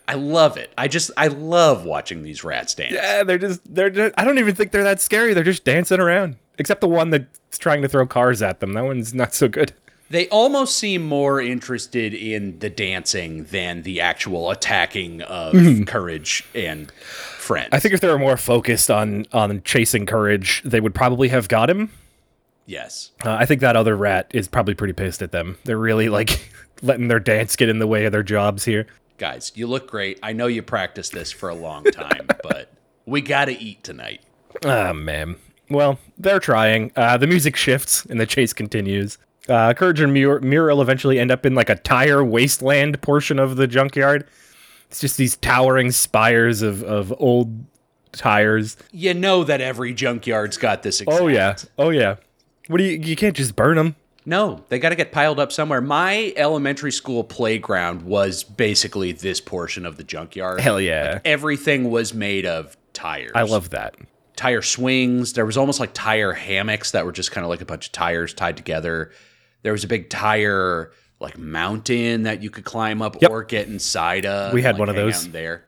S2: I love it. I just I love watching these rats dance.
S1: Yeah, Uh, they're just they're. Just, I don't even think they're that scary. They're just dancing around. Except the one that's trying to throw cars at them. That one's not so good.
S2: They almost seem more interested in the dancing than the actual attacking of courage and friend.
S1: Mm-hmm. I think if they were more focused on on chasing courage, they would probably have got him.
S2: yes.
S1: Uh, I think that other rat is probably pretty pissed at them. They're really like [laughs] letting their dance get in the way of their jobs here.
S2: Guys, you look great. I know you practiced this for a
S1: [laughs]
S2: long time, but we got to eat tonight.
S1: Ah, man. Well, they're trying. Uh, the music shifts and the chase continues. Uh, Courage and Mur- Muriel eventually end up in like a tire wasteland portion of the junkyard. It's just these towering spires of, of old tires.
S2: You know that every junkyard's got this exact.
S1: Oh yeah, oh yeah. What do you? You can't just burn them.
S2: No, they got to get piled up somewhere. My elementary school playground was basically this portion of the junkyard.
S1: Hell yeah.
S2: Like, everything was made of tires.
S1: I love that.
S2: tire swings. There was almost like tire hammocks that were just kind of like a bunch of tires tied together. There was a big tire like mountain that you could climb up
S1: Yep.
S2: or get inside of.
S1: We had
S2: and,
S1: one of
S2: like, hang out
S1: those.
S2: in there.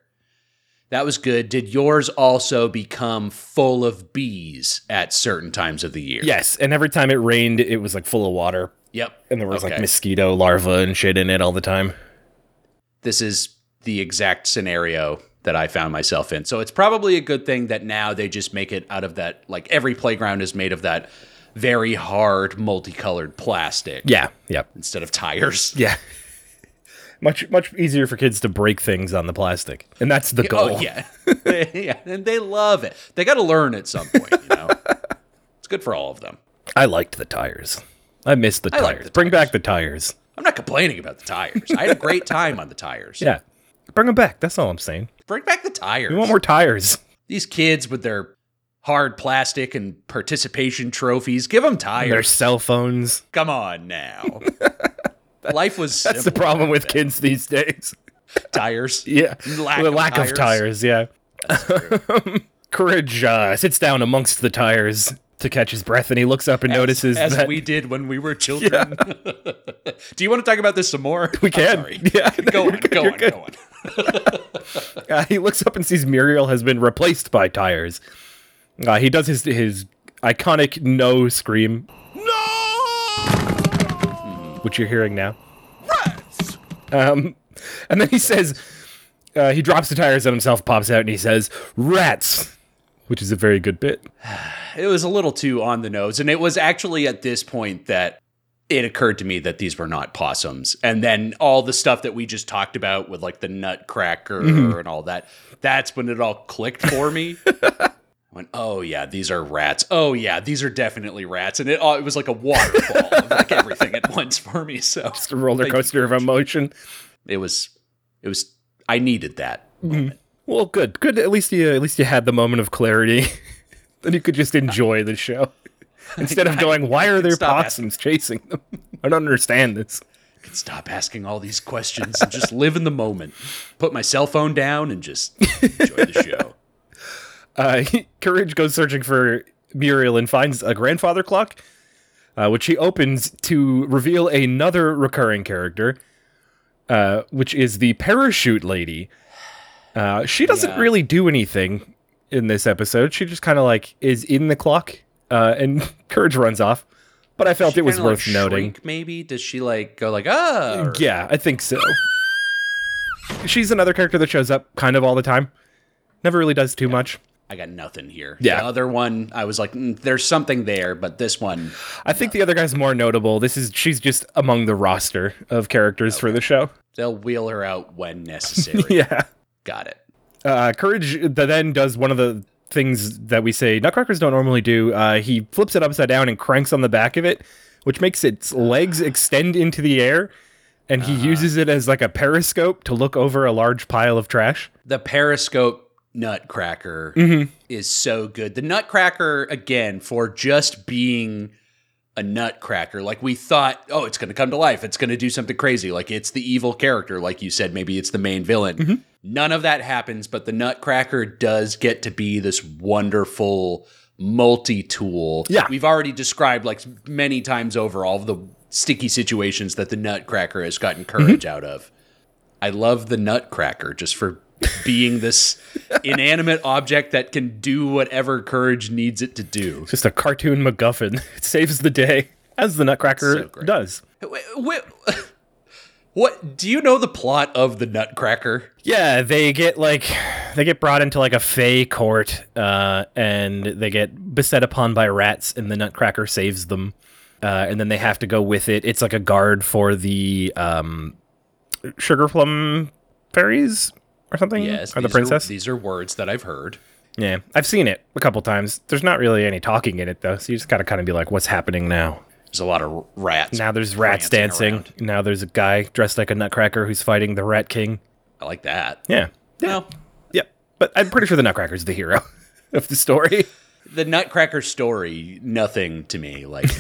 S2: That was good. Did yours also become full of bees at certain times of the year?
S1: Yes, and every time it rained, it was like full of water,
S2: Yep.
S1: and there was like
S2: Okay.
S1: mosquito larvae and shit in it all the time.
S2: this is the exact scenario that I found myself in. So it's probably a good thing that now they just make it out of that like every playground is made of that very hard multicolored plastic
S1: Yeah, yeah,
S2: instead of tires.
S1: yeah. [laughs] much much easier for kids to break things on the plastic, and that's the goal.
S2: Oh yeah. [laughs] yeah, and they love it. They got to learn at some point,
S1: [laughs]
S2: you know. it's good for all of them.
S1: I liked the tires. I missed the
S2: I
S1: tires.
S2: like the
S1: Bring
S2: tires.
S1: back the tires.
S2: I'm not complaining about the tires. I had a great time on the tires.
S1: Yeah. Bring them back. That's all I'm saying.
S2: Bring back the tires.
S1: We want more tires.
S2: These kids with their hard plastic and participation trophies, give them tires.
S1: Their cell phones.
S2: Come
S1: [laughs]
S2: on now. [laughs] Life was
S1: That's the
S2: simple.
S1: problem with kids these days.
S2: tires.
S1: Yeah.
S2: Lack
S1: the
S2: of
S1: lack of
S2: tires.
S1: tires. Yeah. [laughs] Courage uh, sits down amongst the tires to catch his breath, and he looks up and notices
S2: as
S1: that
S2: we did when we were children. [laughs] Do you want to talk about this some more?
S1: we can.
S2: Sorry.
S1: Yeah.
S2: [laughs] Go on, go
S1: You're
S2: on,
S1: good.
S2: go on.
S1: Uh, he looks up and sees Muriel has been replaced by tires. Uh, he does his his iconic no scream,
S3: No!
S1: which you're hearing now.
S3: Rats!
S1: Um, and then he says, uh, he drops the tires on himself, pops out, and he says, rats, which is a very good bit.
S2: It was a little too on the nose. And it was actually at this point that it occurred to me that these were not possums. And then all the stuff that we just talked about with like the nutcracker and all that, that's when it all clicked for me. I went, oh yeah, these are rats. Oh yeah, these are definitely rats. And it, all it was like a waterfall of like everything at once for me. So
S1: It's a roller coaster of emotion.
S2: it was, it was, I needed that.
S1: Well, good, good. At least you, at least you had the moment of clarity. [laughs] then you could just enjoy the show instead of going, "Why are there
S2: Stop
S1: possums chasing them?" [laughs] I don't understand this.
S2: could stop asking all these questions and just live in the moment. Put my cell phone down and just enjoy the show.
S1: Uh, [laughs] Courage goes searching for Muriel and finds a grandfather clock, uh, which he opens to reveal another recurring character, uh, which is the parachute lady. Uh, she doesn't
S2: Yeah.
S1: really do anything in this episode. She just kind of like is in the clock, uh, and [laughs] Courage runs off. But I felt it was
S2: Kinda, like,
S1: worth noting.
S2: shrink, maybe does she like go like ah? or-
S1: Yeah, I think so. She's another character that shows up kind of all the time. Never really does too much.
S2: I got nothing here.
S1: Yeah.
S2: The other one, I was like, mm, there's something there, but this one,
S1: I think the other guy's more notable. This is she's just among the roster of characters for the show.
S2: they'll wheel her out when necessary.
S1: [laughs] Yeah.
S2: Got it.
S1: Uh, Courage th- then does one of the things that we say nutcrackers don't normally do. Uh, he flips it upside down and cranks on the back of it, which makes its legs extend into the air. And he uses it as like a periscope to look over a large pile of trash.
S2: The periscope nutcracker
S1: Mm-hmm.
S2: is so good. The nutcracker, again, for just being a nutcracker, like we thought, oh, it's going to come to life. It's going to do something crazy. Like it's the evil character. Like you said, maybe it's the main villain. None of that happens, but the nutcracker does get to be this wonderful multi tool.
S1: Yeah.
S2: We've already described, like many times over, all of the sticky situations that the nutcracker has gotten courage out of. I love the Nutcracker just for being this inanimate object that can do whatever courage needs it to do.
S1: Just a cartoon MacGuffin. [laughs] It saves the day, as the
S2: So
S1: nutcracker
S2: great.
S1: does.
S2: Wh- wh- [laughs] What do you know the plot of the Nutcracker?
S1: Yeah, they get like they get brought into like a fey court, uh, and they get beset upon by rats, and the Nutcracker saves them, uh, and then they have to go with it. It's like a guard for the um, sugar plum fairies or something,
S2: Yes,
S1: or the
S2: these
S1: princess.
S2: Are, these are words that I've heard.
S1: yeah, I've seen it a couple times. There's not really any talking in it though, so you just gotta kind of be like, "What's happening now?"
S2: There's a lot of rats.
S1: Now there's rats
S2: prancing
S1: dancing.
S2: around.
S1: Now there's a guy dressed like a Nutcracker who's fighting the Rat King.
S2: I like that.
S1: Yeah,
S2: No,
S1: Yep. But I'm pretty sure the Nutcracker's the hero [laughs] of the story.
S2: the Nutcracker story, nothing to me. Like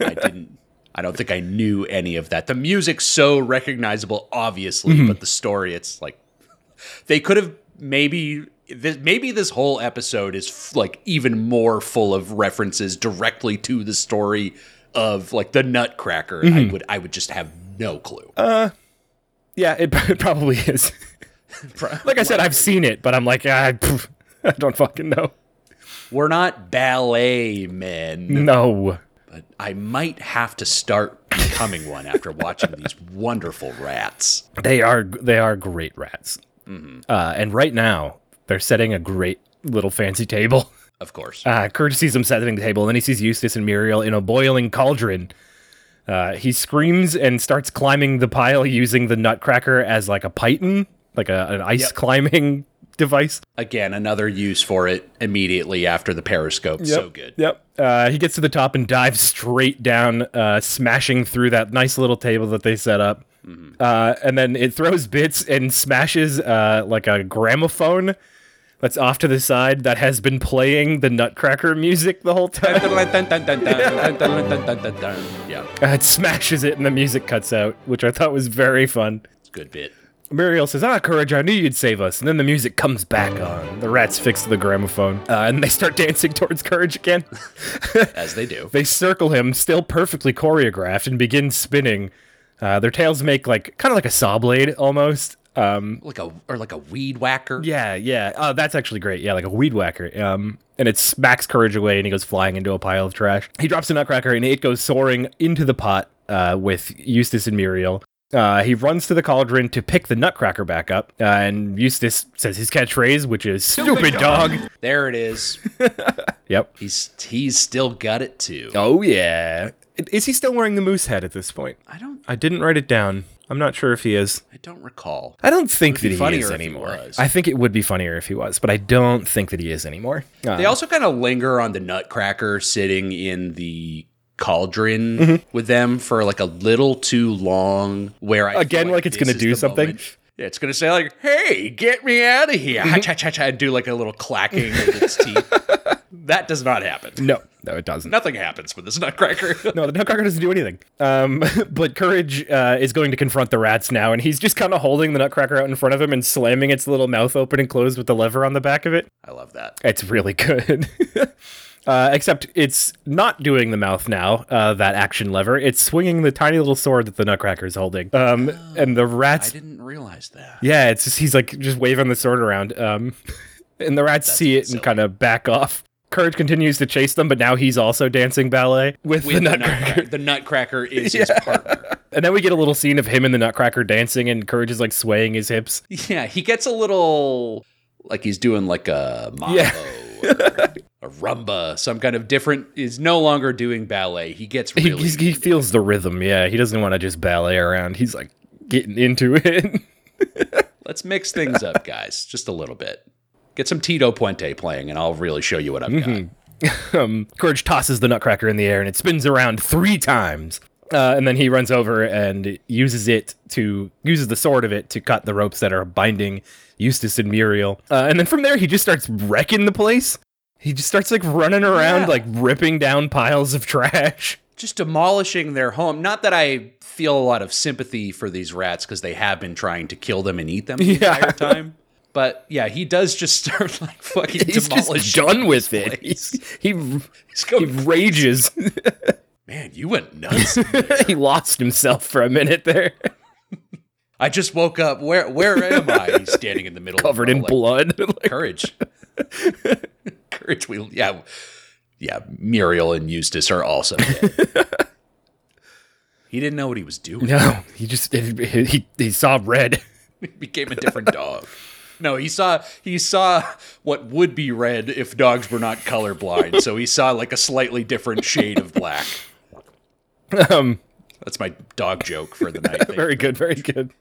S2: I didn't. I don't think I knew any of that. The music's so recognizable, obviously, but the story, it's like they could have maybe this, maybe this whole episode is f- like even more full of references directly to the story of like the Nutcracker. I would I would just have no clue.
S1: Yeah, it, [laughs] it probably is. like I said, I've seen it, but I'm like, ah, [laughs] pff, I don't fucking know.
S2: We're not ballet men.
S1: No.
S2: but I might have to start becoming one after watching these wonderful rats.
S1: They are they are great rats. Uh, and right now, they're setting a great little fancy table. [laughs]
S2: Of course.
S1: Uh, Kurt sees them setting the table, and then he sees Eustace and Muriel in a boiling cauldron. Uh, he screams and starts climbing the pile using the nutcracker as like a python, like a, an ice climbing [laughs] device.
S2: Again, another use for it immediately after the periscope. So good.
S1: Yep. Uh, he gets to the top and dives straight down, uh, smashing through that nice little table that they set up.
S2: Mm-hmm.
S1: Uh, and then it throws bits and smashes uh, like a gramophone that's off to the side that has been playing the Nutcracker music the whole time.
S2: [laughs] yeah,
S1: Uh, it smashes it and the music cuts out, which I thought was very fun.
S2: it's a good bit.
S1: Muriel says, Ah, Courage, I knew you'd save us. And then the music comes back on. The rats fix the gramophone. Uh, and they start [laughs] dancing towards Courage again.
S2: As they do.
S1: They circle him, still perfectly choreographed, and begin spinning. Uh, their tails make like kind of like a saw blade almost. Um,
S2: Like a or like a weed whacker.
S1: yeah, yeah. Oh, that's actually great. Yeah, like a weed whacker. Um, and it smacks Courage away, and he goes flying into a pile of trash. He drops a nutcracker, and it goes soaring into the pot uh, with Eustace and Muriel. Uh, he runs to the cauldron to pick the nutcracker back up, uh, and Eustace says his catchphrase, which is "Stupid dog."
S2: There it is.
S1: Yep.
S2: He's he's still got it too.
S1: Oh yeah. Is he still wearing the moose head at this point?
S2: I don't
S1: I didn't write it down. I'm not sure if he is.
S2: I don't recall.
S1: I don't think
S2: be
S1: that he
S2: funnier
S1: is
S2: if he
S1: anymore.
S2: was.
S1: I think it would be funnier if he was, but I don't think that he is anymore. Uh,
S2: They also kind of linger on the Nutcracker sitting in the cauldron
S1: Mm-hmm.
S2: with them for like a little too long. Where I feel
S1: Again, like it's
S2: this
S1: gonna
S2: is
S1: do
S2: the
S1: something.
S2: moment. Yeah, It's gonna say like, "Hey, get me out of here!"
S1: Mm-hmm.
S2: Ha, cha, cha, cha, and do like a little clacking with
S1: [laughs]
S2: its teeth. That does not happen.
S1: no, no, it doesn't.
S2: Nothing happens with this Nutcracker. [laughs]
S1: No, the Nutcracker doesn't do anything. Um, [laughs] but Courage uh, is going to confront the rats now, and he's just kind of holding the Nutcracker out in front of him and slamming its little mouth open and closed with the lever on the back of it.
S2: I love that.
S1: It's really [laughs] good. Uh, except it's not doing the mouth now, uh, that action lever. It's swinging the tiny little sword that the Nutcracker is holding. Um, and the
S2: I
S1: rats.
S2: didn't realize that.
S1: Yeah, it's just, he's like just waving the sword around. Um, [laughs] and the rats see it
S2: silly.
S1: and kind of back off. Courage continues to chase them, but now he's also dancing ballet with,
S2: With
S1: the Nutcracker.
S2: the
S1: [laughs]
S2: Nutcracker is his partner.
S1: And then we get a little scene of him and the Nutcracker dancing, and Courage is like swaying his hips.
S2: Yeah, he gets a little like he's doing like a mambo
S1: Yeah.
S2: or a rumba, some kind of different. Is no longer doing ballet. He gets
S1: He,
S2: really.
S1: he's- he feels the rhythm. Yeah, he doesn't want to just ballet around. He's like getting into [laughs] it.
S2: let's mix things up, guys, just a little bit. Get some Tito Puente playing, and I'll really show you what I've
S1: Mm-hmm.
S2: got.
S1: um, Courage tosses the Nutcracker in the air, and it spins around three times. Uh, and then he runs over and uses it to uses the sword of it to cut the ropes that are binding Eustace and Muriel. Uh, and then from there, he just starts wrecking the place. He just starts like running around,
S2: Yeah.
S1: like ripping down piles of trash. [laughs]
S2: Just demolishing their home. Not that I feel a lot of sympathy for these rats because they have been trying to kill them and eat them the
S1: Yeah.
S2: entire time. But yeah, he does just [laughs] start like fucking
S1: He's just
S2: demolishing.
S1: done with
S2: this
S1: it.
S2: place.
S1: He's, he
S2: He's going,
S1: he [laughs] rages.
S2: Man, you went nuts.
S1: he lost himself for a minute there,
S2: I just woke up. Where
S1: [laughs]
S2: where am I? He's standing in the middle,
S1: covered
S2: of
S1: in [laughs]
S2: like,
S1: blood. Oh, Like,
S2: Courage, [laughs] courage. We yeah, yeah. Muriel and Eustace are also. dead.
S1: [laughs]
S2: he didn't know what he was doing.
S1: no, he just he, he, he saw red.
S2: He became a different dog. No, he saw he saw what would be red if dogs were not colorblind. so he saw like a slightly different shade of black.
S1: [laughs] Um,
S2: That's my dog joke for the night.
S1: [laughs] very good, very good.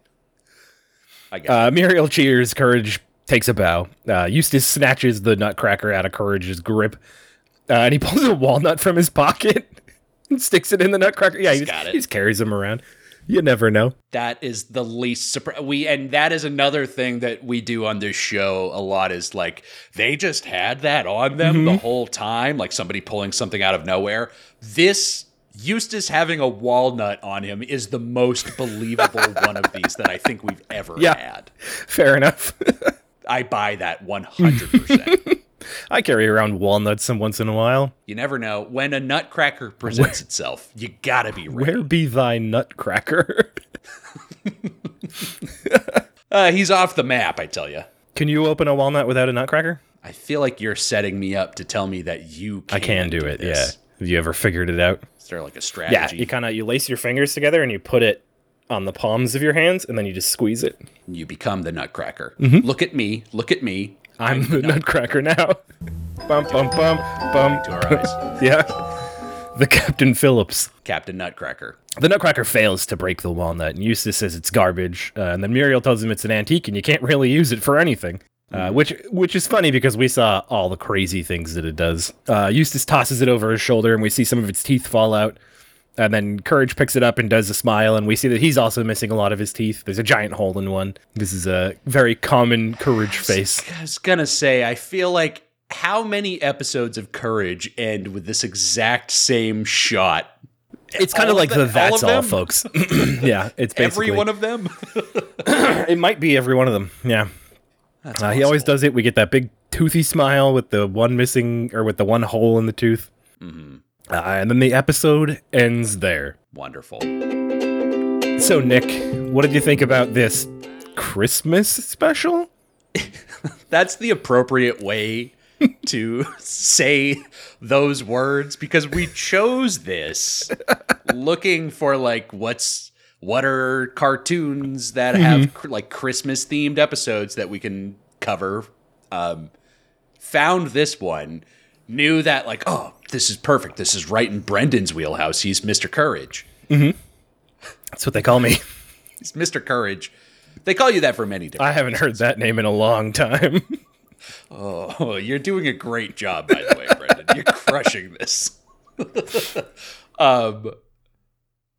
S2: I got it.
S1: Uh, Muriel cheers. Courage takes a bow. Uh, Eustace snatches the nutcracker out of Courage's grip, uh, and he pulls a walnut from his pocket [laughs] and sticks it in the nutcracker. Yeah, he just,
S2: got it.
S1: he just carries him around. You never know. [laughs]
S2: that is the least surpri- we and that is another thing that we do on this show a lot is like they just had that on them
S1: Mm-hmm.
S2: the whole time like somebody pulling something out of nowhere this Eustace having a walnut on him is the most believable
S1: [laughs]
S2: one of these that I think we've ever
S1: Yeah.
S2: had.
S1: Fair enough. [laughs]
S2: I buy that 100%.
S1: I carry around walnuts and once in a while.
S2: you never know when a nutcracker presents itself. You got to be ready.
S1: Where be thy nutcracker? [laughs]
S2: Uh, he's off the map, I tell you.
S1: Can you open a walnut without a nutcracker?
S2: I feel like you're setting me up to tell me that you can
S1: I can do it.
S2: this.
S1: Yeah. Have you ever figured it out?
S2: Is there like a
S1: Yeah.
S2: strategy?
S1: You kind of you lace your fingers together and you put it on the palms of your hands and then you just squeeze it.
S2: you become the Nutcracker. Look at me. Look at me.
S1: I'm the nutcracker now. [laughs] Bum bum bum bum.
S2: To our [laughs] eyes,
S1: Yeah. [laughs] The Captain Phillips.
S2: Captain Nutcracker.
S1: The Nutcracker fails to break the walnut, and Eustace says it's garbage. Uh, and then Muriel tells him it's an antique, and you can't really use it for anything.
S2: Mm-hmm.
S1: Uh, which which is funny because we saw all the crazy things that it does. Uh, Eustace tosses it over his shoulder, and we see some of its teeth fall out. And then Courage picks it up and does a smile, and we see that he's also missing a lot of his teeth. There's a giant hole in one. This is a very common Courage face.
S2: I was gonna say, I feel like how many episodes of Courage end with this exact same shot?
S1: It's kind of
S2: all
S1: like
S2: of
S1: the
S2: the- all
S1: that's
S2: of
S1: all,
S2: them?
S1: folks. [clears throat] yeah, it's basically
S2: Every one of them. [laughs]
S1: It might be every one of them. Yeah. Uh, he always does it. We get that big toothy smile with the one missing or with the one hole in the tooth. Uh, and then the episode ends there.
S2: Wonderful.
S1: So, Nick, what did you think about this Christmas special?
S2: That's the appropriate way to say those words because we chose this looking for like what's what are cartoons that have cr- like Christmas themed episodes that we can cover. Um, found this one, knew that like, oh, this is perfect. This is right in Brendan's wheelhouse. He's Mr. Courage.
S1: That's what they call me.
S2: He's Mr. Courage. They call you that for many different.
S1: I haven't heard that name in a long time. [laughs]
S2: Oh, [laughs] you're doing a great job, by the way, Brendan. You're crushing this. [laughs] um, [laughs]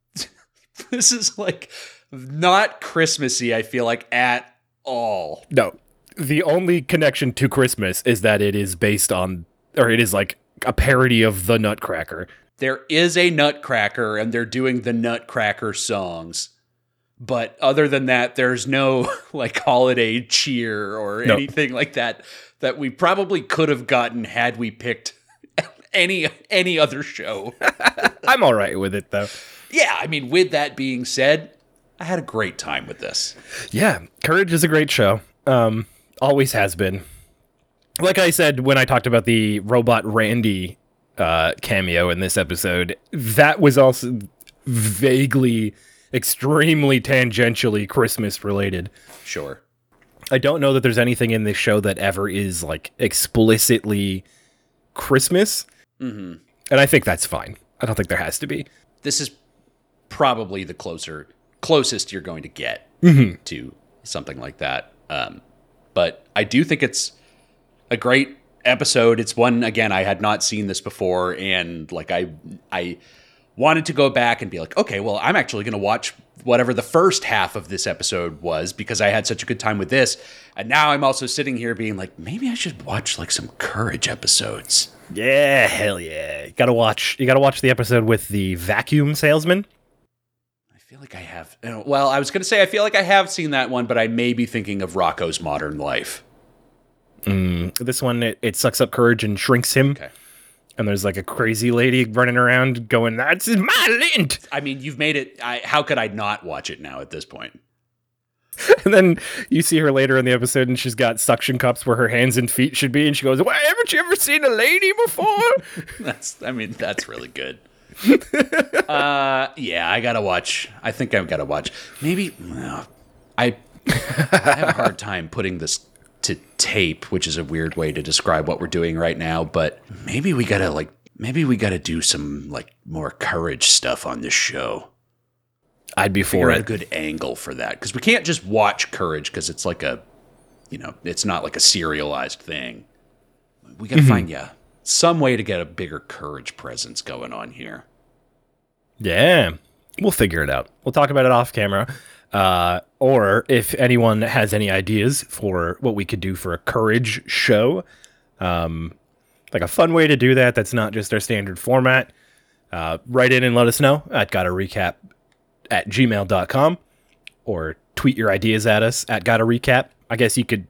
S2: this is like not Christmassy. I feel like at all.
S1: No. The only connection to Christmas is that it is based on, or it is like a parody of The Nutcracker.
S2: There is a Nutcracker, and they're doing the Nutcracker songs. But other than that, there's no [laughs] like holiday cheer or
S1: No.
S2: anything like that that we probably could have gotten had we picked [laughs] any any other show.
S1: I'm all right with it, though.
S2: yeah, I mean, with that being said, I had a great time with this.
S1: Yeah, Courage is a great show. Um, always has been. Like I said when I talked about the robot Randy uh, cameo in this episode, that was also vaguely, extremely tangentially Christmas related.
S2: Sure.
S1: I don't know that there's anything in this show that ever is like explicitly Christmas. Mm-hmm. And I think that's fine. I don't think there has to be.
S2: This is probably the closer closest you're going to get to something like that. Um, but I do think it's a great episode. It's one again I had not seen this before, and like I I wanted to go back and be like, okay, well I'm actually going to watch whatever the first half of this episode was because I had such a good time with this, and now I'm also sitting here being like, maybe I should watch like some Courage episodes.
S1: Yeah, hell yeah. You gotta watch you gotta watch the episode with the vacuum salesman.
S2: I feel like I have. you know, Well, I was going to say I feel like I have seen that one, but I may be thinking of Rocco's Modern Life.
S1: This one it, it sucks up courage and shrinks him.
S2: Okay.
S1: And there's like a crazy lady running around going, That's my lint [laughs]
S2: I mean, you've made it. I, how could I not watch it now at this point?
S1: And then you see her later in the episode and she's got suction cups where her hands and feet should be and she goes, Why haven't you ever seen a lady before?
S2: [laughs] That's. I mean, that's
S1: [laughs]
S2: really good. uh, yeah, I gotta watch. I think I've gotta watch. Maybe no, I, I have a
S1: [laughs]
S2: hard time putting this to tape, which is a weird way to describe what we're doing right now. But maybe we gotta like. Maybe we gotta do some like more courage stuff on this show.
S1: I'd be
S2: figure
S1: for
S2: out a
S1: it.
S2: good angle for that because we can't just watch Courage because it's like a, you know, it's not like a serialized thing. We gotta
S1: Mm-hmm.
S2: find yeah some way to get a bigger Courage presence going on here.
S1: Yeah. We'll figure it out. We'll talk about it off camera. Uh, or if anyone has any ideas for what we could do for a courage show, um, like a fun way to do that that's not just our standard format, uh, write in and let us know at gotta recap at gmail.com or tweet your ideas at us at gotta recap. I guess you could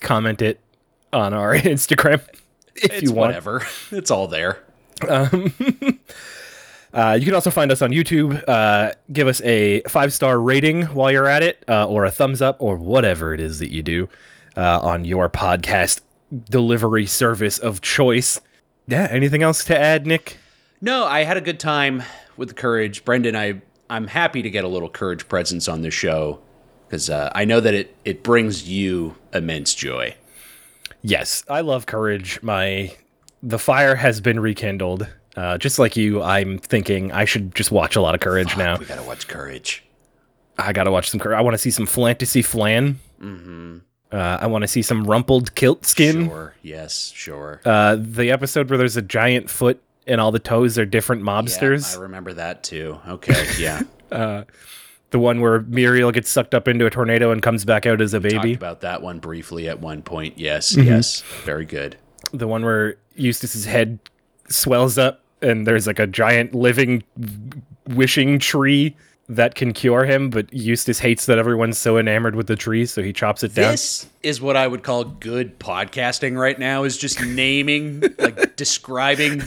S1: comment it on our [laughs] Instagram if
S2: It's
S1: you want.
S2: whatever. [laughs] It's all there.
S1: Uh, you can also find us on YouTube. Uh, give us a five star rating while you're at it, uh, or a thumbs up, or whatever it is that you do uh, on your podcast delivery service of choice. Yeah. Anything else to add, Nick?
S2: No, I had a good time with the Courage, Brendan. I I'm happy to get a little Courage presence on this show because uh, I know that it it brings you immense joy.
S1: Yes, I love courage. My the fire has been rekindled. Uh, just like you, I'm thinking I should just watch a lot of courage now.
S2: We gotta watch Courage.
S1: I gotta watch some courage. I want to see some fantasy flan. Mm-hmm. Uh, I want to see some rumpled kilt skin.
S2: Sure. Yes. Sure.
S1: Uh, the episode where there's a giant foot and all the toes are different
S2: Yeah,
S1: mobsters.
S2: I remember that too. Okay.
S1: [laughs]
S2: Yeah.
S1: the one where Muriel gets sucked up into a tornado and comes back out as a
S2: talked
S1: baby.
S2: about that one briefly at one point. Yes,
S1: Mm-hmm.
S2: yes, very good.
S1: The one where Eustace's head swells up and there's like a giant living w- wishing tree that can cure him, but Eustace hates that everyone's so enamored with the tree, so he chops it down.
S2: This is what I would call good podcasting right now is just naming,
S1: [laughs]
S2: like describing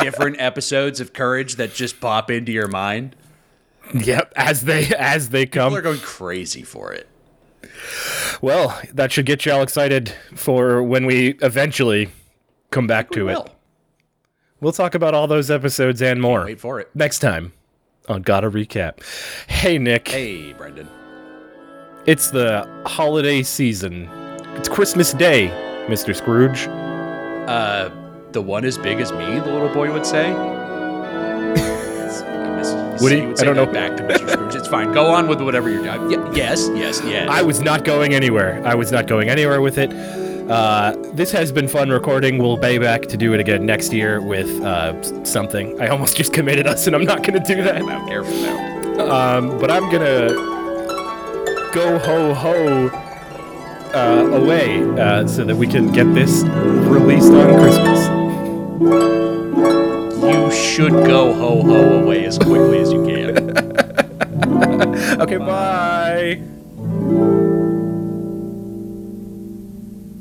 S2: different episodes of Courage that just pop into your mind.
S1: [laughs] Yep, as they as they come.
S2: People are going crazy for it.
S1: well, that should get y'all excited for when we eventually come back to it.
S2: Well,
S1: We'll talk about all those episodes and more
S2: wait for it.
S1: next time on Gotta Recap. Hey, Nick.
S2: Hey, Brendan.
S1: It's the holiday season. It's Christmas Day, Mr. Scrooge.
S2: Uh, the one as big as me, the little boy would say. I miss-
S1: [laughs] Would
S2: see,
S1: he-
S2: you
S1: I
S2: say
S1: don't
S2: that
S1: know.
S2: Back to Mr. Scrooge. It's fine. Go on with whatever you're doing. Ye- yes, yes, yes.
S1: I was not going anywhere. I was not going anywhere with it. Uh, this has been fun recording. We'll pay back to do it again next year with uh, s- something. I almost [laughs] just committed us, and I'm not going to do that.
S2: Now, careful now.
S1: Um, but I'm gonna go ho ho uh, away uh, so that we can get this released on Christmas.
S2: You should go ho ho away as quickly as you can.
S1: Okay, bye.